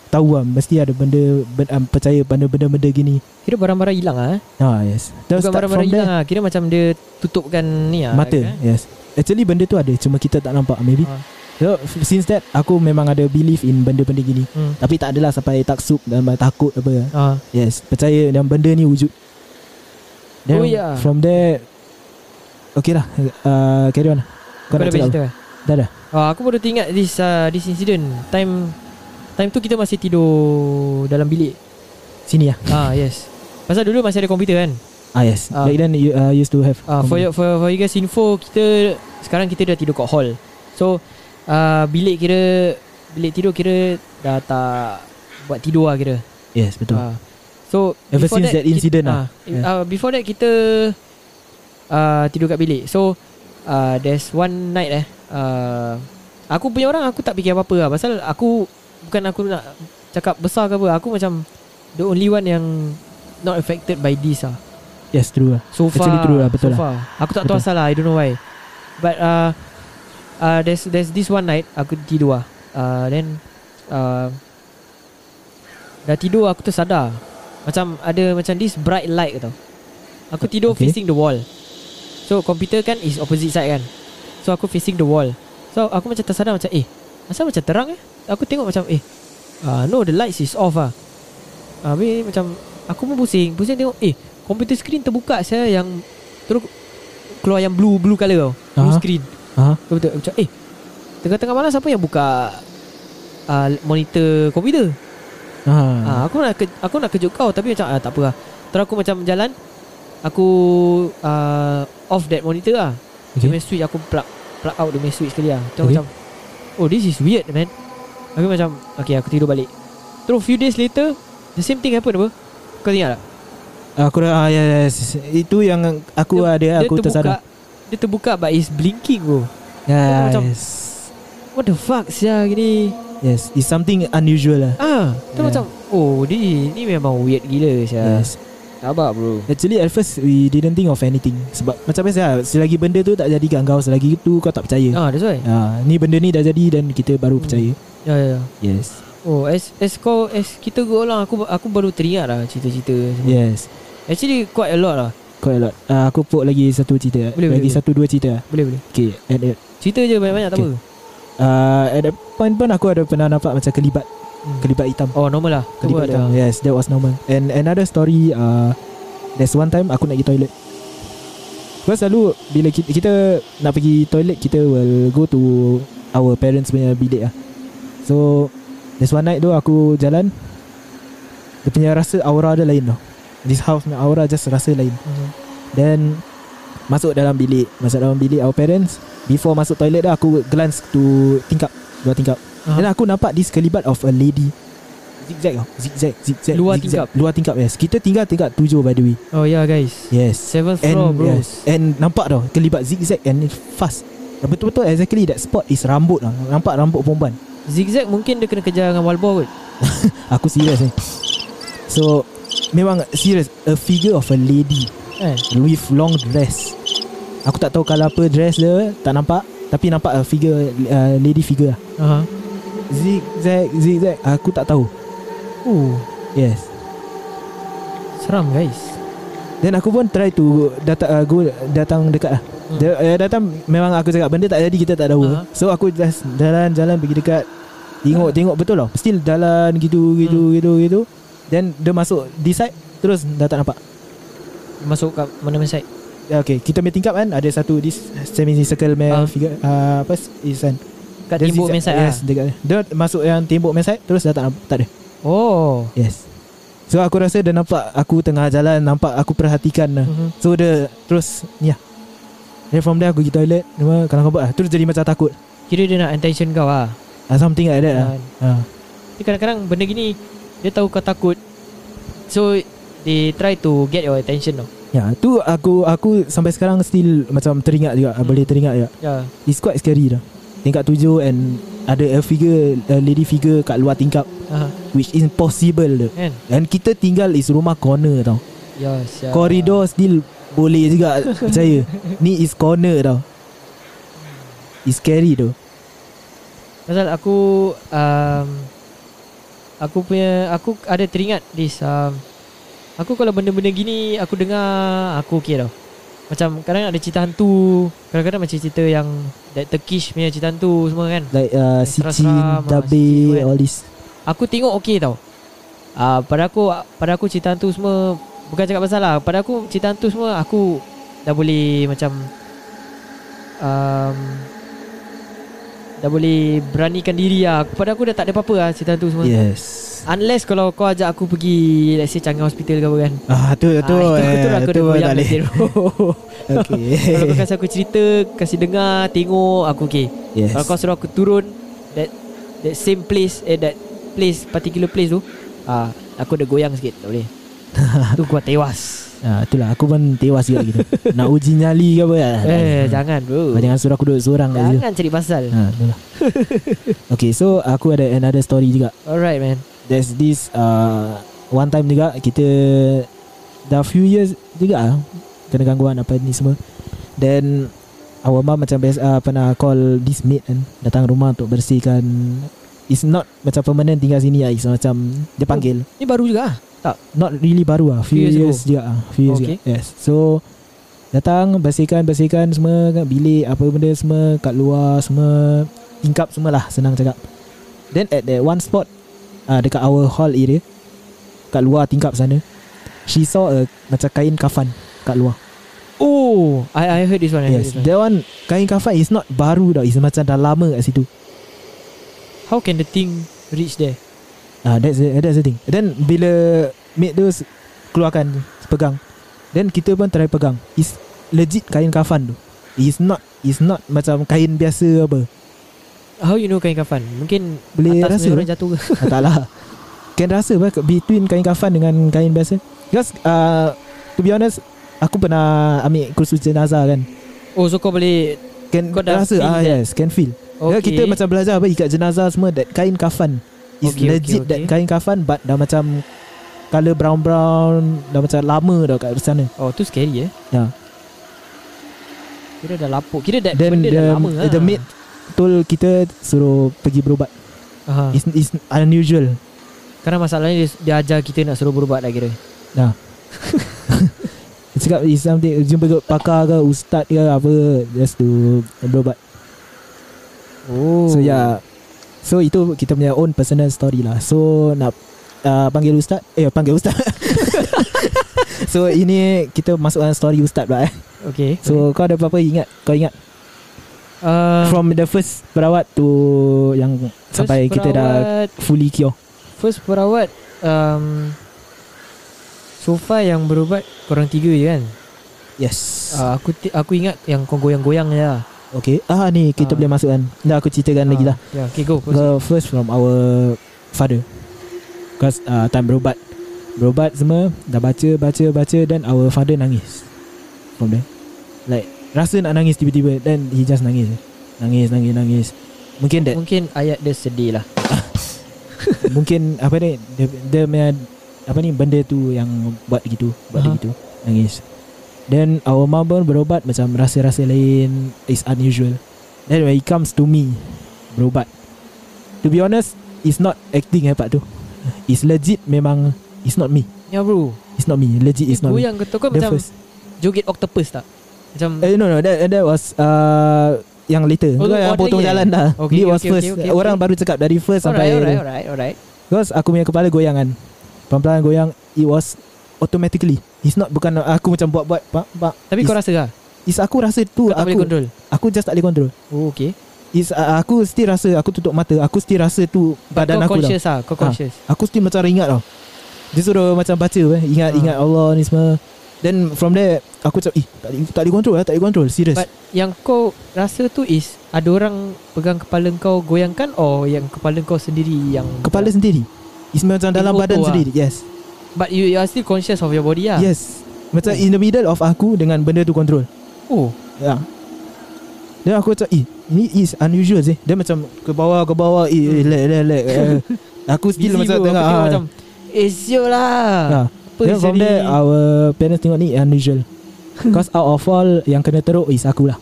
[SPEAKER 2] tahu lah mesti ada benda ben, um, percaya pada benda-benda gini.
[SPEAKER 1] Kira barang-barang hilang ah. eh?
[SPEAKER 2] Ha yes.
[SPEAKER 1] Bukan
[SPEAKER 2] So start
[SPEAKER 1] barang-barang
[SPEAKER 2] from
[SPEAKER 1] hilang
[SPEAKER 2] there
[SPEAKER 1] ah. Kira macam dia tutupkan ni ah.
[SPEAKER 2] mata
[SPEAKER 1] kan?
[SPEAKER 2] yes. Actually benda tu ada cuma kita tak nampak maybe.
[SPEAKER 1] Ha.
[SPEAKER 2] So f- since that aku memang ada belief in benda-benda gini.
[SPEAKER 1] Hmm.
[SPEAKER 2] Tapi tak adalah sampai taksub dan takut apa.
[SPEAKER 1] Ah.
[SPEAKER 2] Yes, percaya dan benda ni wujud. Then
[SPEAKER 1] Oh, ya.
[SPEAKER 2] from there Okay lah uh, Carry on
[SPEAKER 1] Kau
[SPEAKER 2] Kau, nak
[SPEAKER 1] dah
[SPEAKER 2] cakap
[SPEAKER 1] cerita
[SPEAKER 2] apa?
[SPEAKER 1] kan?
[SPEAKER 2] Dah dah
[SPEAKER 1] Ah, aku baru teringat this uh, this incident. Time time tu kita masih tidur dalam bilik.
[SPEAKER 2] Sini lah
[SPEAKER 1] ah yes. Pasal dulu masih ada komputer kan.
[SPEAKER 2] Ah yes.
[SPEAKER 1] Ah.
[SPEAKER 2] Uh, Back then you uh, used to have.
[SPEAKER 1] Ah for, your, for for you guys info kita sekarang kita dah tidur kat hall. So uh, bilik kira bilik tidur kira dah tak buat tidur lah kira.
[SPEAKER 2] Yes betul. Uh,
[SPEAKER 1] Ah. So
[SPEAKER 2] Ever
[SPEAKER 1] before
[SPEAKER 2] since that incident
[SPEAKER 1] kita,
[SPEAKER 2] lah.
[SPEAKER 1] ah, ah, Before that kita uh, Tidur kat bilik So uh, There's one night eh uh, Aku punya orang Aku tak fikir apa-apa lah Pasal aku Bukan aku nak Cakap besar ke apa Aku macam The only one yang Not affected by this lah
[SPEAKER 2] yes true lah.
[SPEAKER 1] So far
[SPEAKER 2] Actually true lah, betul
[SPEAKER 1] so
[SPEAKER 2] lah.
[SPEAKER 1] far. Aku tak tahu
[SPEAKER 2] Betul.
[SPEAKER 1] asal lah I don't know why But uh, uh, There's there's this one night Aku tidur lah uh, Then uh, Dah tidur aku tersadar Macam ada macam this bright light tau Aku tidur okay.
[SPEAKER 2] Okay.
[SPEAKER 1] facing the wall So komputer kan is opposite side kan So aku facing the wall So aku macam tersadar macam Eh Asal macam terang eh Aku tengok macam Eh uh, No the lights is off ah Habis macam Aku pun pusing Pusing tengok Eh Computer screen terbuka saya Yang Terus Keluar yang blue Blue colour tau Blue
[SPEAKER 2] Aha.
[SPEAKER 1] screen
[SPEAKER 2] Aha.
[SPEAKER 1] Aku betul macam Eh Tengah-tengah malam siapa yang buka uh, Monitor komputer
[SPEAKER 2] Ah.
[SPEAKER 1] Ah, aku nak ke, aku nak kejut kau tapi macam ah, tak apa lah. Terus aku macam jalan aku uh, off that monitor lah. Okay.
[SPEAKER 2] Okay.
[SPEAKER 1] Dia punya switch aku plug plug out dia punya switch sekali lah. Terus okay.
[SPEAKER 2] Okay.
[SPEAKER 1] macam oh this is weird man. Aku macam okay aku tidur balik. Terus few days later the same thing happen apa? Kau ingat tak?
[SPEAKER 2] Aku dah ah, yes, yes. Itu yang aku
[SPEAKER 1] Dia-
[SPEAKER 2] ada Ya, aku tersadar.
[SPEAKER 1] Dia terbuka but it's blinking bro. dia
[SPEAKER 2] Yeah,
[SPEAKER 1] macam-
[SPEAKER 2] yes.
[SPEAKER 1] What the fuck sia gini.
[SPEAKER 2] Yes, it's something unusual lah.
[SPEAKER 1] Ah, terus macam
[SPEAKER 2] Yeah.
[SPEAKER 1] oh ni ni memang weird gila sia.
[SPEAKER 2] Yes.
[SPEAKER 1] Sabar bro.
[SPEAKER 2] Actually at first we didn't think of anything sebab macam biasa lah, selagi benda tu tak jadi kat kau selagi tu kau tak percaya.
[SPEAKER 1] Ah, that's why.
[SPEAKER 2] Ah, ni benda ni dah jadi dan kita baru
[SPEAKER 1] Hmm.
[SPEAKER 2] percaya.
[SPEAKER 1] Ya ya ya.
[SPEAKER 2] Yes.
[SPEAKER 1] Oh, as as kau as kita go along aku aku baru teringat lah cerita-cerita. semua.
[SPEAKER 2] Yes.
[SPEAKER 1] Actually quite a lot lah.
[SPEAKER 2] Quite a lot. Ah, aku put lagi satu cerita.
[SPEAKER 1] Boleh,
[SPEAKER 2] lagi
[SPEAKER 1] boleh,
[SPEAKER 2] satu dua cerita.
[SPEAKER 1] Boleh boleh.
[SPEAKER 2] Okay, at that
[SPEAKER 1] Cerita je banyak-banyak tak
[SPEAKER 2] Okay.
[SPEAKER 1] apa.
[SPEAKER 2] Uh, at that point pun aku ada pernah nampak macam kelibat
[SPEAKER 1] Hmm.
[SPEAKER 2] kelibat hitam
[SPEAKER 1] Oh, normal lah. Kau buat
[SPEAKER 2] kelibat hitam.
[SPEAKER 1] tak?
[SPEAKER 2] yes that was normal and another story uh, there's one time aku nak pergi toilet Because selalu bila kita, kita nak pergi toilet kita will go to our parents punya bilik lah so there's one night tu aku jalan dia punya rasa aura dia lain tau this house punya aura just rasa lain
[SPEAKER 1] Mhm.
[SPEAKER 2] Then Masuk dalam bilik Masuk dalam bilik our parents Before masuk toilet dah Aku glance to Tingkap Dua tingkap
[SPEAKER 1] Ah.
[SPEAKER 2] uh-huh. Then aku nampak This kelibat of a lady Zigzag tau Zigzag zigzag
[SPEAKER 1] Luar
[SPEAKER 2] zigzag.
[SPEAKER 1] tingkap.
[SPEAKER 2] Luar tingkap yes Kita tinggal tingkat tujuh by the way
[SPEAKER 1] Oh, ya yeah, guys.
[SPEAKER 2] Yes
[SPEAKER 1] Seventh floor, bro.
[SPEAKER 2] yes, And nampak tau Kelibat zigzag and fast Dan Betul-betul exactly That spot is rambut lah Nampak rambut perempuan
[SPEAKER 1] Zigzag mungkin dia kena kejar dengan wall ball kot.
[SPEAKER 2] Aku serious ni So Memang serious A figure of a lady
[SPEAKER 1] Eh.
[SPEAKER 2] with long dress. Aku tak tahu kalau apa dress dia, tak nampak tapi nampak a figure uh, lady figure lah.
[SPEAKER 1] Aha.
[SPEAKER 2] Zigzag zigzag aku tak tahu.
[SPEAKER 1] Oh,
[SPEAKER 2] Yes.
[SPEAKER 1] seram guys.
[SPEAKER 2] Then aku pun try to datang uh, go datang dekat lah.
[SPEAKER 1] Hmm.
[SPEAKER 2] Hmm. uh, datang memang aku cakap benda tak jadi kita tak tahu.
[SPEAKER 1] Ah.
[SPEAKER 2] Uh-huh. So aku just jalan-jalan pergi dekat tengok tengok betul lah. Still jalan gitu gitu
[SPEAKER 1] Hmm.
[SPEAKER 2] gitu gitu. Then dia masuk this side terus dah tak nampak.
[SPEAKER 1] Masuk kat mana mana side?
[SPEAKER 2] Ya, Okay Kita punya tingkap kan Ada satu This semicircle punya
[SPEAKER 1] Ah.
[SPEAKER 2] uh. figure uh, Apa Is kan
[SPEAKER 1] Kat
[SPEAKER 2] Dia
[SPEAKER 1] timbuk
[SPEAKER 2] zigzag-
[SPEAKER 1] main side
[SPEAKER 2] Yes dekat, Dia masuk yang tembok main side Terus dah tak, namp- tak ada
[SPEAKER 1] lah. Oh.
[SPEAKER 2] Yes So aku rasa dia nampak Aku tengah jalan Nampak aku perhatikan lah.
[SPEAKER 1] Mhm.
[SPEAKER 2] So dia Terus Ni lah Then from there aku pergi toilet Cuma kalau kau lah Terus jadi macam takut
[SPEAKER 1] Kira dia nak attention kau ah.
[SPEAKER 2] uh, Something like that lah
[SPEAKER 1] Ah.
[SPEAKER 2] uh.
[SPEAKER 1] Tapi kadang-kadang benda gini dia tahu kau takut. So they try to get your attention tau.
[SPEAKER 2] Ya tu aku Aku sampai sekarang still Macam teringat juga Ah,
[SPEAKER 1] Hmm.
[SPEAKER 2] Boleh teringat juga
[SPEAKER 1] Ya.
[SPEAKER 2] It's quite scary dah Tingkat tujuh and Ada a figure a Lady figure kat luar tingkap
[SPEAKER 1] Aha.
[SPEAKER 2] Which impossible
[SPEAKER 1] Uh-huh. Kan?
[SPEAKER 2] Dan kita tinggal is rumah corner tau
[SPEAKER 1] Ya, siap.
[SPEAKER 2] Koridor still boleh juga Percaya Ni is corner tau Is scary tu
[SPEAKER 1] Pasal aku um, Aku punya Aku ada teringat This um, Aku kalau benda-benda gini Aku dengar Aku okay tau Macam kadang ada cerita hantu Kadang-kadang macam cerita yang That Turkish punya cerita hantu Semua kan
[SPEAKER 2] Like
[SPEAKER 1] Yang
[SPEAKER 2] uh, Sicin
[SPEAKER 1] seram-seram, ah, Sicin tu
[SPEAKER 2] Dabe
[SPEAKER 1] kan.
[SPEAKER 2] All this
[SPEAKER 1] Aku tengok okay tau uh, Pada aku Pada aku cerita hantu semua Bukan cakap pasal lah Pada aku cerita hantu semua Aku Dah boleh macam um, Dah boleh Beranikan diri lah Pada aku dah tak ada apa-apa lah Cerita hantu semua
[SPEAKER 2] Yes
[SPEAKER 1] Unless kalau kau ajak aku pergi Let's say Changi Hospital ke apa kan
[SPEAKER 2] Ah tu tu
[SPEAKER 1] Ah, Itu,
[SPEAKER 2] eh,
[SPEAKER 1] itu lah aku dah goyang
[SPEAKER 2] tak
[SPEAKER 1] dah
[SPEAKER 2] boleh.
[SPEAKER 1] teruk.
[SPEAKER 2] Okay
[SPEAKER 1] Kalau kau kasi aku cerita Kasih dengar Tengok Aku okay
[SPEAKER 2] yes.
[SPEAKER 1] kalau kau suruh aku turun That That same place Eh that place Particular place tu ah Aku dah goyang sikit Tak boleh Tu kau tewas
[SPEAKER 2] ah, Itulah aku pun tewas juga gitu Nak uji nyali ke apa ah, tak boleh.
[SPEAKER 1] Eh jangan bro
[SPEAKER 2] Kau jangan suruh aku duduk seorang kat situ
[SPEAKER 1] Jangan cari pasal
[SPEAKER 2] ha, itulah. Okay so aku ada another story juga
[SPEAKER 1] Alright man
[SPEAKER 2] There's this uh, One time juga Kita Dah few years juga lah Kena gangguan apa ni semua Then Our mom macam biasa uh, Pernah call this maid kan Datang rumah untuk bersihkan It's not Macam permanent tinggal sini lah It's macam Dia panggil
[SPEAKER 1] Ni baru juga ah
[SPEAKER 2] Not really baru lah Few,
[SPEAKER 1] Few years
[SPEAKER 2] years, juga ah, Few years
[SPEAKER 1] Okay.
[SPEAKER 2] juga Yes So Datang Bersihkan-bersihkan semua kat Bilik apa benda semua Kat luar semua Tingkap semua lah Senang cakap Then at that one spot uh, Dekat our hall area Kat luar tingkap sana She saw a Macam kain kafan Kat luar
[SPEAKER 1] Oh I I heard this one I heard
[SPEAKER 2] Yes
[SPEAKER 1] this one.
[SPEAKER 2] That one Kain kafan is not baru tau It's macam dah lama kat situ
[SPEAKER 1] How can the thing Reach there
[SPEAKER 2] Ah, that's the, that's the thing. Then bila maid tu s- keluarkan pegang. Then kita pun try pegang. Is legit kain kafan tu. Is not is not macam kain biasa apa.
[SPEAKER 1] How you know kain kafan Mungkin
[SPEAKER 2] Boleh
[SPEAKER 1] Atas
[SPEAKER 2] rasa.
[SPEAKER 1] punya orang jatuh ke
[SPEAKER 2] ah, tak lah. Can rasa apa between kain kafan dengan kain biasa. Because uh, to be honest aku pernah ambil kursus jenazah kan.
[SPEAKER 1] Oh so kau boleh
[SPEAKER 2] Can
[SPEAKER 1] Kau dah
[SPEAKER 2] rasa
[SPEAKER 1] feel
[SPEAKER 2] ah
[SPEAKER 1] that?
[SPEAKER 2] yes, can feel. Okay.
[SPEAKER 1] Okay
[SPEAKER 2] Ya, Kita macam belajar apa ikat jenazah semua that kain kafan. Is
[SPEAKER 1] Okay, okay,
[SPEAKER 2] okay, legit okay, okay. that
[SPEAKER 1] okay.
[SPEAKER 2] kain kafan but dah macam color brown-brown dah macam lama dah kat sana.
[SPEAKER 1] Oh tu scary eh
[SPEAKER 2] Ya.
[SPEAKER 1] Kira dah lapuk Kira that
[SPEAKER 2] Then
[SPEAKER 1] benda
[SPEAKER 2] the,
[SPEAKER 1] dah lama ah. lah.
[SPEAKER 2] the maid told kita suruh pergi berubat.
[SPEAKER 1] Aha.
[SPEAKER 2] It's, it's unusual.
[SPEAKER 1] Karena masalahnya dia, dia ajar kita nak suruh berubat dah kira
[SPEAKER 2] Ya. Dia cakap it's something jumpa ke pakar ke ustaz ke apa just to berubat.
[SPEAKER 1] Oh
[SPEAKER 2] So yeah. So itu kita punya own personal story lah. So nak uh, panggil ustaz, eh panggil ustaz. so ini kita masukkan story ustaz pula eh.
[SPEAKER 1] Okay
[SPEAKER 2] So kau ada apa-apa ingat? Kau ingat
[SPEAKER 1] uh,
[SPEAKER 2] from the first perawat to yang sampai kita dah fully cure.
[SPEAKER 1] First perawat um, So far yang berubat Korang tiga je kan
[SPEAKER 2] Yes.
[SPEAKER 1] uh, Aku ti- aku ingat yang kau goyang-goyang je lah
[SPEAKER 2] Okay Ah ni kita
[SPEAKER 1] Ah.
[SPEAKER 2] boleh masukkan Dah aku ceritakan lagi lah
[SPEAKER 1] yeah, Uh, ya, Okay go proceed.
[SPEAKER 2] The first from our Father Cause uh, time berubat Berubat semua Dah baca baca baca Then our father nangis From there Like Rasa nak nangis tiba-tiba Then he just nangis Nangis nangis nangis Mungkin that
[SPEAKER 1] Mungkin ayat dia sedih lah
[SPEAKER 2] Mungkin apa ni dia, dia punya Apa ni Benda tu yang Buat dia gitu Buat dia
[SPEAKER 1] Aha.
[SPEAKER 2] gitu Nangis Then our mom pun berubat Macam rasa-rasa lain Is unusual Then when it comes to me Berubat To be honest It's not acting eh pak tu It's legit memang It's not me
[SPEAKER 1] Ya bro
[SPEAKER 2] It's not me Legit
[SPEAKER 1] Dia
[SPEAKER 2] it's not me
[SPEAKER 1] Eh, goyang ke tu Kau
[SPEAKER 2] The
[SPEAKER 1] macam
[SPEAKER 2] first
[SPEAKER 1] joget octopus tak Macam
[SPEAKER 2] eh, No no that, that was uh, Yang later
[SPEAKER 1] Oh,
[SPEAKER 2] Tu
[SPEAKER 1] oh,
[SPEAKER 2] yang
[SPEAKER 1] ada
[SPEAKER 2] potong
[SPEAKER 1] lagi eh?
[SPEAKER 2] jalan dah
[SPEAKER 1] Okay,
[SPEAKER 2] It
[SPEAKER 1] okay,
[SPEAKER 2] was
[SPEAKER 1] okay,
[SPEAKER 2] first
[SPEAKER 1] okay, okay,
[SPEAKER 2] Orang
[SPEAKER 1] okay.
[SPEAKER 2] baru cakap Dari first sampai
[SPEAKER 1] Alright alright alright alright
[SPEAKER 2] Because aku punya kepala goyang kan Pelan-pelan goyang It was Automatically It's not bukan Aku macam buat-buat pak, pak.
[SPEAKER 1] Tapi
[SPEAKER 2] Is-
[SPEAKER 1] kau rasa lah
[SPEAKER 2] It's aku rasa tu
[SPEAKER 1] Kau tak boleh
[SPEAKER 2] aku,
[SPEAKER 1] control
[SPEAKER 2] aku just tak boleh control
[SPEAKER 1] Oh okay
[SPEAKER 2] It's uh, Aku still rasa Aku tutup mata Aku still rasa tu Badan
[SPEAKER 1] Kau
[SPEAKER 2] aku tau
[SPEAKER 1] conscious lah Kau
[SPEAKER 2] Ha.
[SPEAKER 1] conscious
[SPEAKER 2] Aku still macam ringat tau Dia suruh macam baca eh. Ingat
[SPEAKER 1] Ha.
[SPEAKER 2] ingat Allah ni semua Then from there Aku macam Eh tak boleh, tak boleh control lah Tak boleh control Serious
[SPEAKER 1] But yang kau rasa tu is Ada orang pegang kepala kau goyangkan Or yang kepala kau sendiri yang
[SPEAKER 2] Kepala sendiri It's macam dalam
[SPEAKER 1] It's
[SPEAKER 2] badan
[SPEAKER 1] auto lah.
[SPEAKER 2] sendiri Yes
[SPEAKER 1] But you, you are still conscious of your body lah
[SPEAKER 2] Yes Macam
[SPEAKER 1] Oh.
[SPEAKER 2] in the middle of aku Dengan benda tu control
[SPEAKER 1] Oh
[SPEAKER 2] Ya Then aku macam Eh Ini is unusual sih Dia macam Ke bawah ke bawah Eh eh, lek lek lek eh. Aku still
[SPEAKER 1] Busy
[SPEAKER 2] masa
[SPEAKER 1] bro,
[SPEAKER 2] tengah
[SPEAKER 1] aku tengok
[SPEAKER 2] ah.
[SPEAKER 1] macam Eh siul
[SPEAKER 2] Ha.
[SPEAKER 1] lah Apa
[SPEAKER 2] Then from
[SPEAKER 1] jadi?
[SPEAKER 2] there uh, Our parents tengok ni Unusual Cause out of all Yang kena teruk Is akulah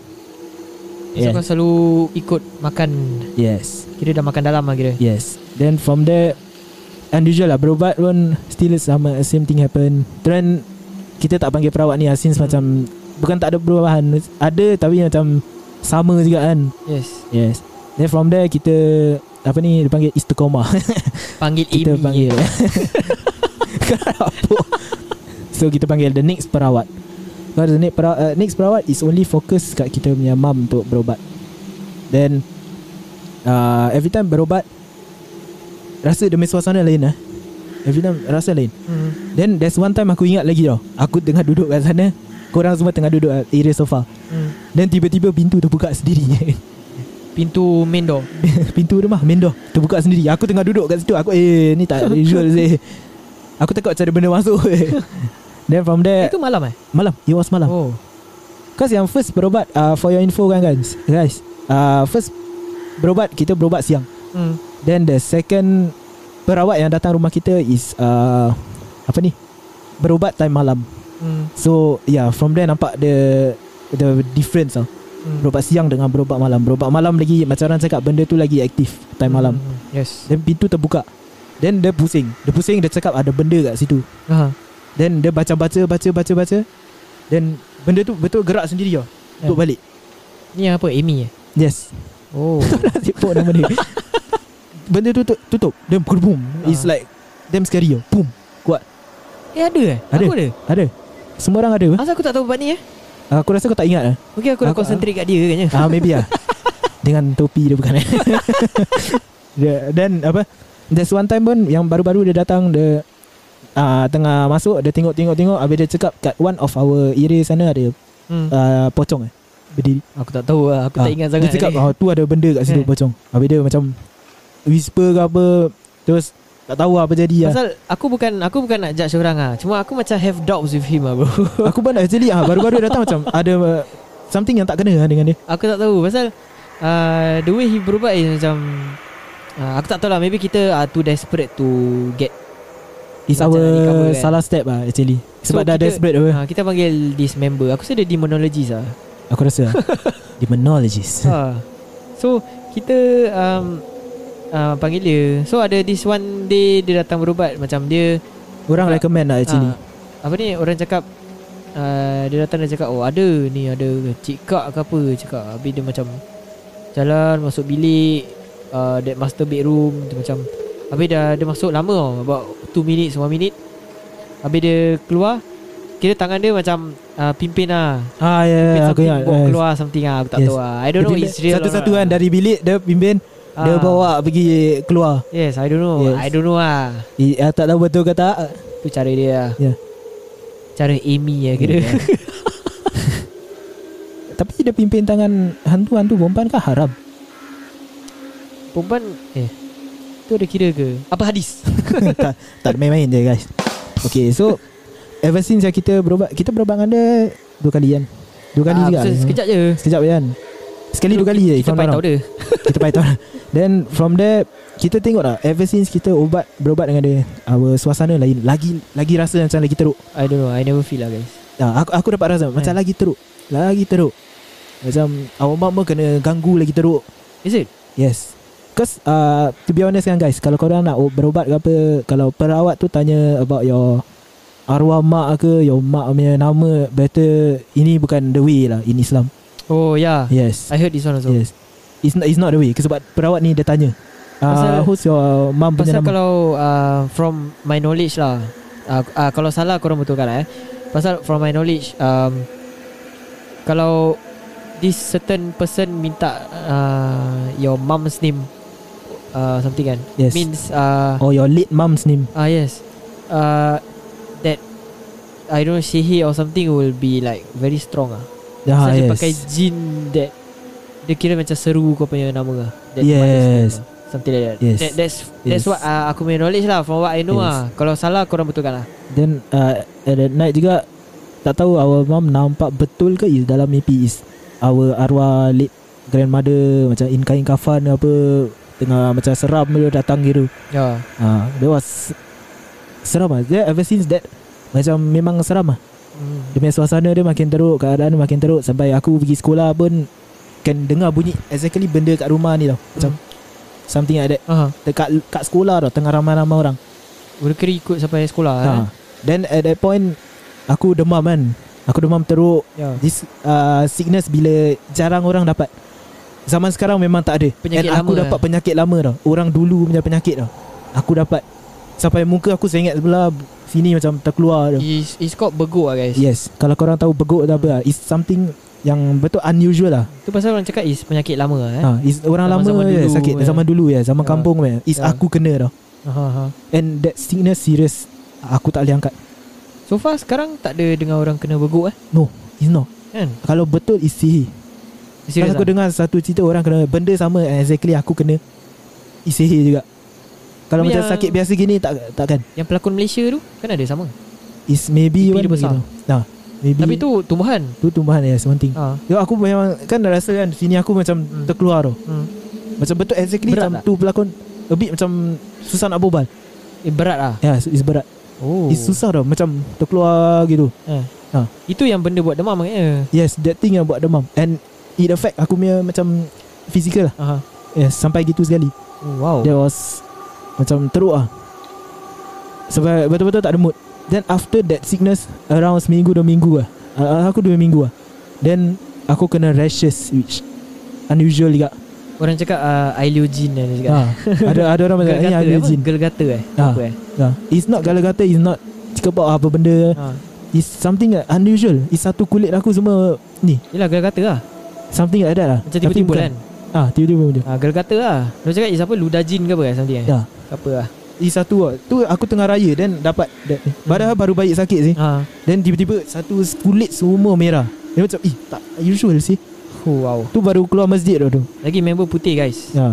[SPEAKER 1] So kau
[SPEAKER 2] Yes
[SPEAKER 1] selalu ikut makan
[SPEAKER 2] Yes
[SPEAKER 1] Kira dah makan dalam lah kira
[SPEAKER 2] Yes Then from there Unusual lah Berubat pun Still sama Same thing happen Trend Kita tak panggil perawat ni lah Since
[SPEAKER 1] Hmm.
[SPEAKER 2] macam Bukan tak ada perubahan Ada tapi macam Sama juga kan
[SPEAKER 1] Yes
[SPEAKER 2] Yes Then from there kita Apa ni Dia panggil istiqomah
[SPEAKER 1] Panggil
[SPEAKER 2] Kita
[SPEAKER 1] Amy
[SPEAKER 2] panggil Kenapa So kita panggil The next perawat Because the next perawat, uh, next perawat Is only focus Kat kita punya mum Untuk berobat Then uh, Every time berobat Rasa demi suasana lain lah Every time rasa lain
[SPEAKER 1] hmm.
[SPEAKER 2] Then there's one time Aku ingat lagi tau Aku tengah duduk kat sana Korang semua tengah duduk kat Area sofa
[SPEAKER 1] Hmm.
[SPEAKER 2] Then tiba-tiba pintu terbuka sendiri
[SPEAKER 1] Pintu main door
[SPEAKER 2] Pintu rumah main door Terbuka sendiri Aku tengah duduk kat situ Aku eh ni tak usual sih Aku takut macam ada benda masuk Then from there
[SPEAKER 1] Itu malam eh
[SPEAKER 2] Malam It was malam
[SPEAKER 1] Oh
[SPEAKER 2] Cause yang first berobat uh, For your info kan guys Guys uh, First Berobat Kita berobat siang
[SPEAKER 1] hmm.
[SPEAKER 2] Then the second Perawat yang datang rumah kita Is uh, Apa ni Berobat time malam
[SPEAKER 1] Hmm.
[SPEAKER 2] So yeah From there nampak the The difference lah
[SPEAKER 1] Hmm.
[SPEAKER 2] Berobat siang dengan berobat malam Berobat malam lagi Macam orang cakap Benda tu lagi aktif Time
[SPEAKER 1] Hmm.
[SPEAKER 2] malam
[SPEAKER 1] Yes
[SPEAKER 2] Then pintu terbuka Then dia pusing Dia pusing dia cakap ada benda kat situ
[SPEAKER 1] Aha.
[SPEAKER 2] Then dia baca-baca Baca-baca baca Then benda tu betul gerak sendiri tau
[SPEAKER 1] Yeah.
[SPEAKER 2] Untuk balik
[SPEAKER 1] Ni apa Amy eh
[SPEAKER 2] Yes
[SPEAKER 1] Oh
[SPEAKER 2] Sipok nama dia Benda tu tu- tutup Then boom It's
[SPEAKER 1] Ah.
[SPEAKER 2] like Damn scary tau Boom
[SPEAKER 1] Eh ada eh
[SPEAKER 2] Ada.
[SPEAKER 1] Aku ada
[SPEAKER 2] Ada Semua orang ada apa?
[SPEAKER 1] Asal aku tak tahu bab ni eh
[SPEAKER 2] Aku rasa kau tak ingat lah
[SPEAKER 1] Mungkin aku dah
[SPEAKER 2] Aku-
[SPEAKER 1] concentrate kat dia kayaknya
[SPEAKER 2] Ah maybe lah Dengan topi dia bukan eh Dia- Then apa There's one time pun Yang baru-baru dia datang Dia uh, Tengah masuk Dia tengok-tengok-tengok Habis dia cakap Kat one of our area sana Ada
[SPEAKER 1] hmm.
[SPEAKER 2] uh, pocong eh Berdiri
[SPEAKER 1] Aku tak tahu lah Aku tak
[SPEAKER 2] Ah,
[SPEAKER 1] ingat sangat
[SPEAKER 2] Dia cakap
[SPEAKER 1] ni.
[SPEAKER 2] oh, Tu ada benda kat situ
[SPEAKER 1] Eh.
[SPEAKER 2] pocong Habis dia macam Whisper ke apa Terus Tak tahu apa jadi lah
[SPEAKER 1] Pasal aku bukan Aku bukan nak judge orang lah Cuma aku macam have doubts with him lah bro
[SPEAKER 2] Aku pun actually ah, Baru-baru dia datang macam Ada uh, Something yang tak kena lah dengan dia
[SPEAKER 1] Aku tak tahu Pasal uh, The way he berubat is macam uh, Aku tak tahu lah Maybe kita are too desperate to get
[SPEAKER 2] It's
[SPEAKER 1] Macam
[SPEAKER 2] our
[SPEAKER 1] nak recover kan.
[SPEAKER 2] Salah step lah actually
[SPEAKER 1] So,
[SPEAKER 2] Sebab dah
[SPEAKER 1] kita-
[SPEAKER 2] ada spread apa
[SPEAKER 1] uh, Kita panggil this member Aku rasa dia demonologist lah
[SPEAKER 2] Aku rasa lah. Demonologist
[SPEAKER 1] ha. So Kita um, uh, Panggil dia So ada this one day Dia datang berubat Macam dia
[SPEAKER 2] Orang recommend lah actually
[SPEAKER 1] uh, Apa ni Orang cakap uh, Dia datang dia cakap Oh ada ni Ada cik kak ke apa Cakap Habis dia macam Jalan masuk bilik uh, That master bedroom Dia macam Habis dah Dia masuk lama tau About 2 minutes 1 minute Habis dia keluar Kira tangan dia macam uh, Pimpin lah
[SPEAKER 2] Ah ya yeah,
[SPEAKER 1] Pimpin something
[SPEAKER 2] Aku ingat
[SPEAKER 1] bawa
[SPEAKER 2] yes.
[SPEAKER 1] keluar something lah Aku tak
[SPEAKER 2] Yes.
[SPEAKER 1] tahu lah I don't know
[SPEAKER 2] Jadi,
[SPEAKER 1] it's real or
[SPEAKER 2] Satu-satu
[SPEAKER 1] not
[SPEAKER 2] kan
[SPEAKER 1] lah.
[SPEAKER 2] Dari bilik Dia pimpin Dia
[SPEAKER 1] Ah.
[SPEAKER 2] bawa pergi keluar
[SPEAKER 1] Yes I don't know
[SPEAKER 2] Yes.
[SPEAKER 1] I don't know lah
[SPEAKER 2] I, ah, Tak tahu betul ke tak
[SPEAKER 1] Tu cara dia lah
[SPEAKER 2] Yeah.
[SPEAKER 1] Cara Amy lah kira
[SPEAKER 2] Yeah. Tapi dia pimpin tangan Hantu-hantu perempuan kan haram
[SPEAKER 1] Perempuan
[SPEAKER 2] Ya.
[SPEAKER 1] Eh Tu ada kira ke Apa hadis
[SPEAKER 2] tak, tak ada main-main je guys Okay so Ever since yang kita berobat Kita berobat dengan dia Dua kali kan Dua kali
[SPEAKER 1] Ah,
[SPEAKER 2] juga
[SPEAKER 1] pasal Sekejap je
[SPEAKER 2] Sekejap je kan Sekali dua kali je if
[SPEAKER 1] Kita
[SPEAKER 2] I'm not
[SPEAKER 1] paitau
[SPEAKER 2] wrong.
[SPEAKER 1] dia
[SPEAKER 2] Kita python Then from there Kita tengok lah Ever since kita ubat Berobat dengan dia Our suasana lain Lagi lagi rasa macam lagi teruk
[SPEAKER 1] I don't know I never feel lah guys
[SPEAKER 2] ah, aku, aku dapat rasa Macam
[SPEAKER 1] Eh.
[SPEAKER 2] lagi teruk Lagi teruk Macam Our mama kena ganggu lagi teruk
[SPEAKER 1] Is it
[SPEAKER 2] Yes Cause uh, To be honest kan guys Kalau korang nak berobat ke apa Kalau perawat tu tanya About your Arwah mak ke Your mak punya nama Better Ini bukan the way lah In Islam
[SPEAKER 1] Oh yeah
[SPEAKER 2] Yes
[SPEAKER 1] I heard this one also
[SPEAKER 2] ya. Yes It's not, it's not the way Sebab perawat ni dia tanya uh,
[SPEAKER 1] Pasal-
[SPEAKER 2] Who's your mum
[SPEAKER 1] Pasal
[SPEAKER 2] punya nama
[SPEAKER 1] kalau uh, From my knowledge lah uh, uh, Kalau salah korang betulkan lah eh Pasal from my knowledge um, Kalau This certain person minta uh, Your mom's name uh, Something kan
[SPEAKER 2] Yes
[SPEAKER 1] Means uh,
[SPEAKER 2] Or your late mum's name
[SPEAKER 1] Ah yes. Uh that I don't know Shehi or something will be like very strong ah.
[SPEAKER 2] ah,
[SPEAKER 1] Pasal dia
[SPEAKER 2] yes.
[SPEAKER 1] pakai jin that dia kira macam seru kau punya nama lah. That
[SPEAKER 2] Yes.
[SPEAKER 1] mother's name lah. Something like that.
[SPEAKER 2] Yes.
[SPEAKER 1] that that's that's
[SPEAKER 2] Yes.
[SPEAKER 1] what uh, aku punya knowledge lah from what I know
[SPEAKER 2] Yes.
[SPEAKER 1] ah. Kalau salah korang betulkan lah.
[SPEAKER 2] Then uh, At that night juga Tak tahu our mum nampak betul ke is Dalam mimpi is Our arwah late grandmother Macam in kain kafan ke apa Tengah macam seram dia datang gitu
[SPEAKER 1] Ya
[SPEAKER 2] Ah, That was Seram lah Dia ever since that Macam memang seram lah
[SPEAKER 1] hmm.
[SPEAKER 2] Dia punya suasana dia makin teruk Keadaan dia makin teruk Sampai aku pergi sekolah pun Kan dengar bunyi Exactly benda kat rumah ni tau
[SPEAKER 1] Hmm.
[SPEAKER 2] Macam Something like that
[SPEAKER 1] Aha.
[SPEAKER 2] Dekat kat sekolah tau Tengah ramai-ramai orang
[SPEAKER 1] Mereka ikut sampai sekolah ha.
[SPEAKER 2] ha. Then at that point Aku demam kan Aku demam teruk
[SPEAKER 1] Ya
[SPEAKER 2] This uh, sickness bila jarang orang dapat Zaman sekarang memang tak ada
[SPEAKER 1] Penyakit
[SPEAKER 2] And aku
[SPEAKER 1] lama
[SPEAKER 2] dapat
[SPEAKER 1] lah.
[SPEAKER 2] penyakit lama tau Orang dulu punya penyakit tau Aku dapat Sampai muka aku seringat sebelah Sini macam terkeluar tau
[SPEAKER 1] It's, it's called beguk lah guys
[SPEAKER 2] Yes Kalau korang tahu beguk atau apa It's something Yang betul unusual lah
[SPEAKER 1] Itu pasal orang cakap It's penyakit lama lah eh.
[SPEAKER 2] ha, it's Orang lama
[SPEAKER 1] Zaman-zaman
[SPEAKER 2] ya,
[SPEAKER 1] dulu,
[SPEAKER 2] sakit
[SPEAKER 1] ya.
[SPEAKER 2] Zaman dulu ya Zaman
[SPEAKER 1] Ya.
[SPEAKER 2] kampung ya. It's
[SPEAKER 1] Ya.
[SPEAKER 2] aku kena tau
[SPEAKER 1] Aha, aha.
[SPEAKER 2] And that sickness serious Aku tak boleh angkat
[SPEAKER 1] So far sekarang Tak ada dengar orang kena beguk eh
[SPEAKER 2] No It's not
[SPEAKER 1] Kan
[SPEAKER 2] Kalau betul it's sihir Serius
[SPEAKER 1] Serius lah.
[SPEAKER 2] aku dengar satu cerita orang kena benda sama and exactly aku kena isihir juga. Kalau
[SPEAKER 1] Tapi ya-
[SPEAKER 2] macam
[SPEAKER 1] yang-
[SPEAKER 2] sakit biasa gini tak takkan.
[SPEAKER 1] Yang pelakon Malaysia tu Kan ada sama
[SPEAKER 2] Is maybe
[SPEAKER 1] Pipi
[SPEAKER 2] one
[SPEAKER 1] dia besar.
[SPEAKER 2] begitu. Nah, maybe
[SPEAKER 1] Tapi tu tumbuhan
[SPEAKER 2] tu tumbuhan yes one thing.
[SPEAKER 1] ha.
[SPEAKER 2] Yo aku memang kan dah rasa kan sini aku macam
[SPEAKER 1] Hmm.
[SPEAKER 2] terkeluar tu.
[SPEAKER 1] hmm.
[SPEAKER 2] Macam betul exactly
[SPEAKER 1] Berat
[SPEAKER 2] macam
[SPEAKER 1] tak?
[SPEAKER 2] tu pelakon a bit macam susah nak berbual.
[SPEAKER 1] Eh berat lah
[SPEAKER 2] Ya, yeah, is berat.
[SPEAKER 1] Oh
[SPEAKER 2] Oh. Is susah tau macam terkeluar gitu.
[SPEAKER 1] Oh. Itu yang benda buat demam eh.
[SPEAKER 2] Yes, that thing yang buat demam and it affect aku punya macam physical lah.
[SPEAKER 1] Aha.
[SPEAKER 2] Yes, sampai gitu sekali.
[SPEAKER 1] Oh, wow
[SPEAKER 2] That was Macam teruk ah Sebab betul-betul tak ada mood Then after that sickness Around seminggu dua minggu lah uh, Aku dua minggu lah Then Aku kena rashes Which Unusual juga
[SPEAKER 1] Orang cakap uh, Aileogene lah dia cakap
[SPEAKER 2] ha. Ada ada orang macam Ini
[SPEAKER 1] Gelgata
[SPEAKER 2] ada
[SPEAKER 1] apa?
[SPEAKER 2] jin
[SPEAKER 1] Gelgata eh
[SPEAKER 2] Ah.
[SPEAKER 1] Apa eh
[SPEAKER 2] ha. It's not gala-gata It's not Cikabak apa benda
[SPEAKER 1] ha.
[SPEAKER 2] It's something that unusual It's satu kulit aku semua Ni
[SPEAKER 1] Yelah gelgata lah
[SPEAKER 2] Something like that lah
[SPEAKER 1] Macam tiba-tiba
[SPEAKER 2] bukan.
[SPEAKER 1] kan
[SPEAKER 2] Ah, Tiba-tiba macam
[SPEAKER 1] ha, Gelgata lah Dia cakap is apa Ludajin ke apa eh Something eh
[SPEAKER 2] Ya.
[SPEAKER 1] Apa lah
[SPEAKER 2] It's satu lah Tu aku tengah raya Then dapat that. ni. Padahal baru baik sakit sih
[SPEAKER 1] ha.
[SPEAKER 2] Then tiba-tiba satu kulit semua merah. Dia macam eh tak usual sih.
[SPEAKER 1] oh, Wow
[SPEAKER 2] Tu baru keluar masjid dah tu.
[SPEAKER 1] Lagi member putih guys
[SPEAKER 2] Ya.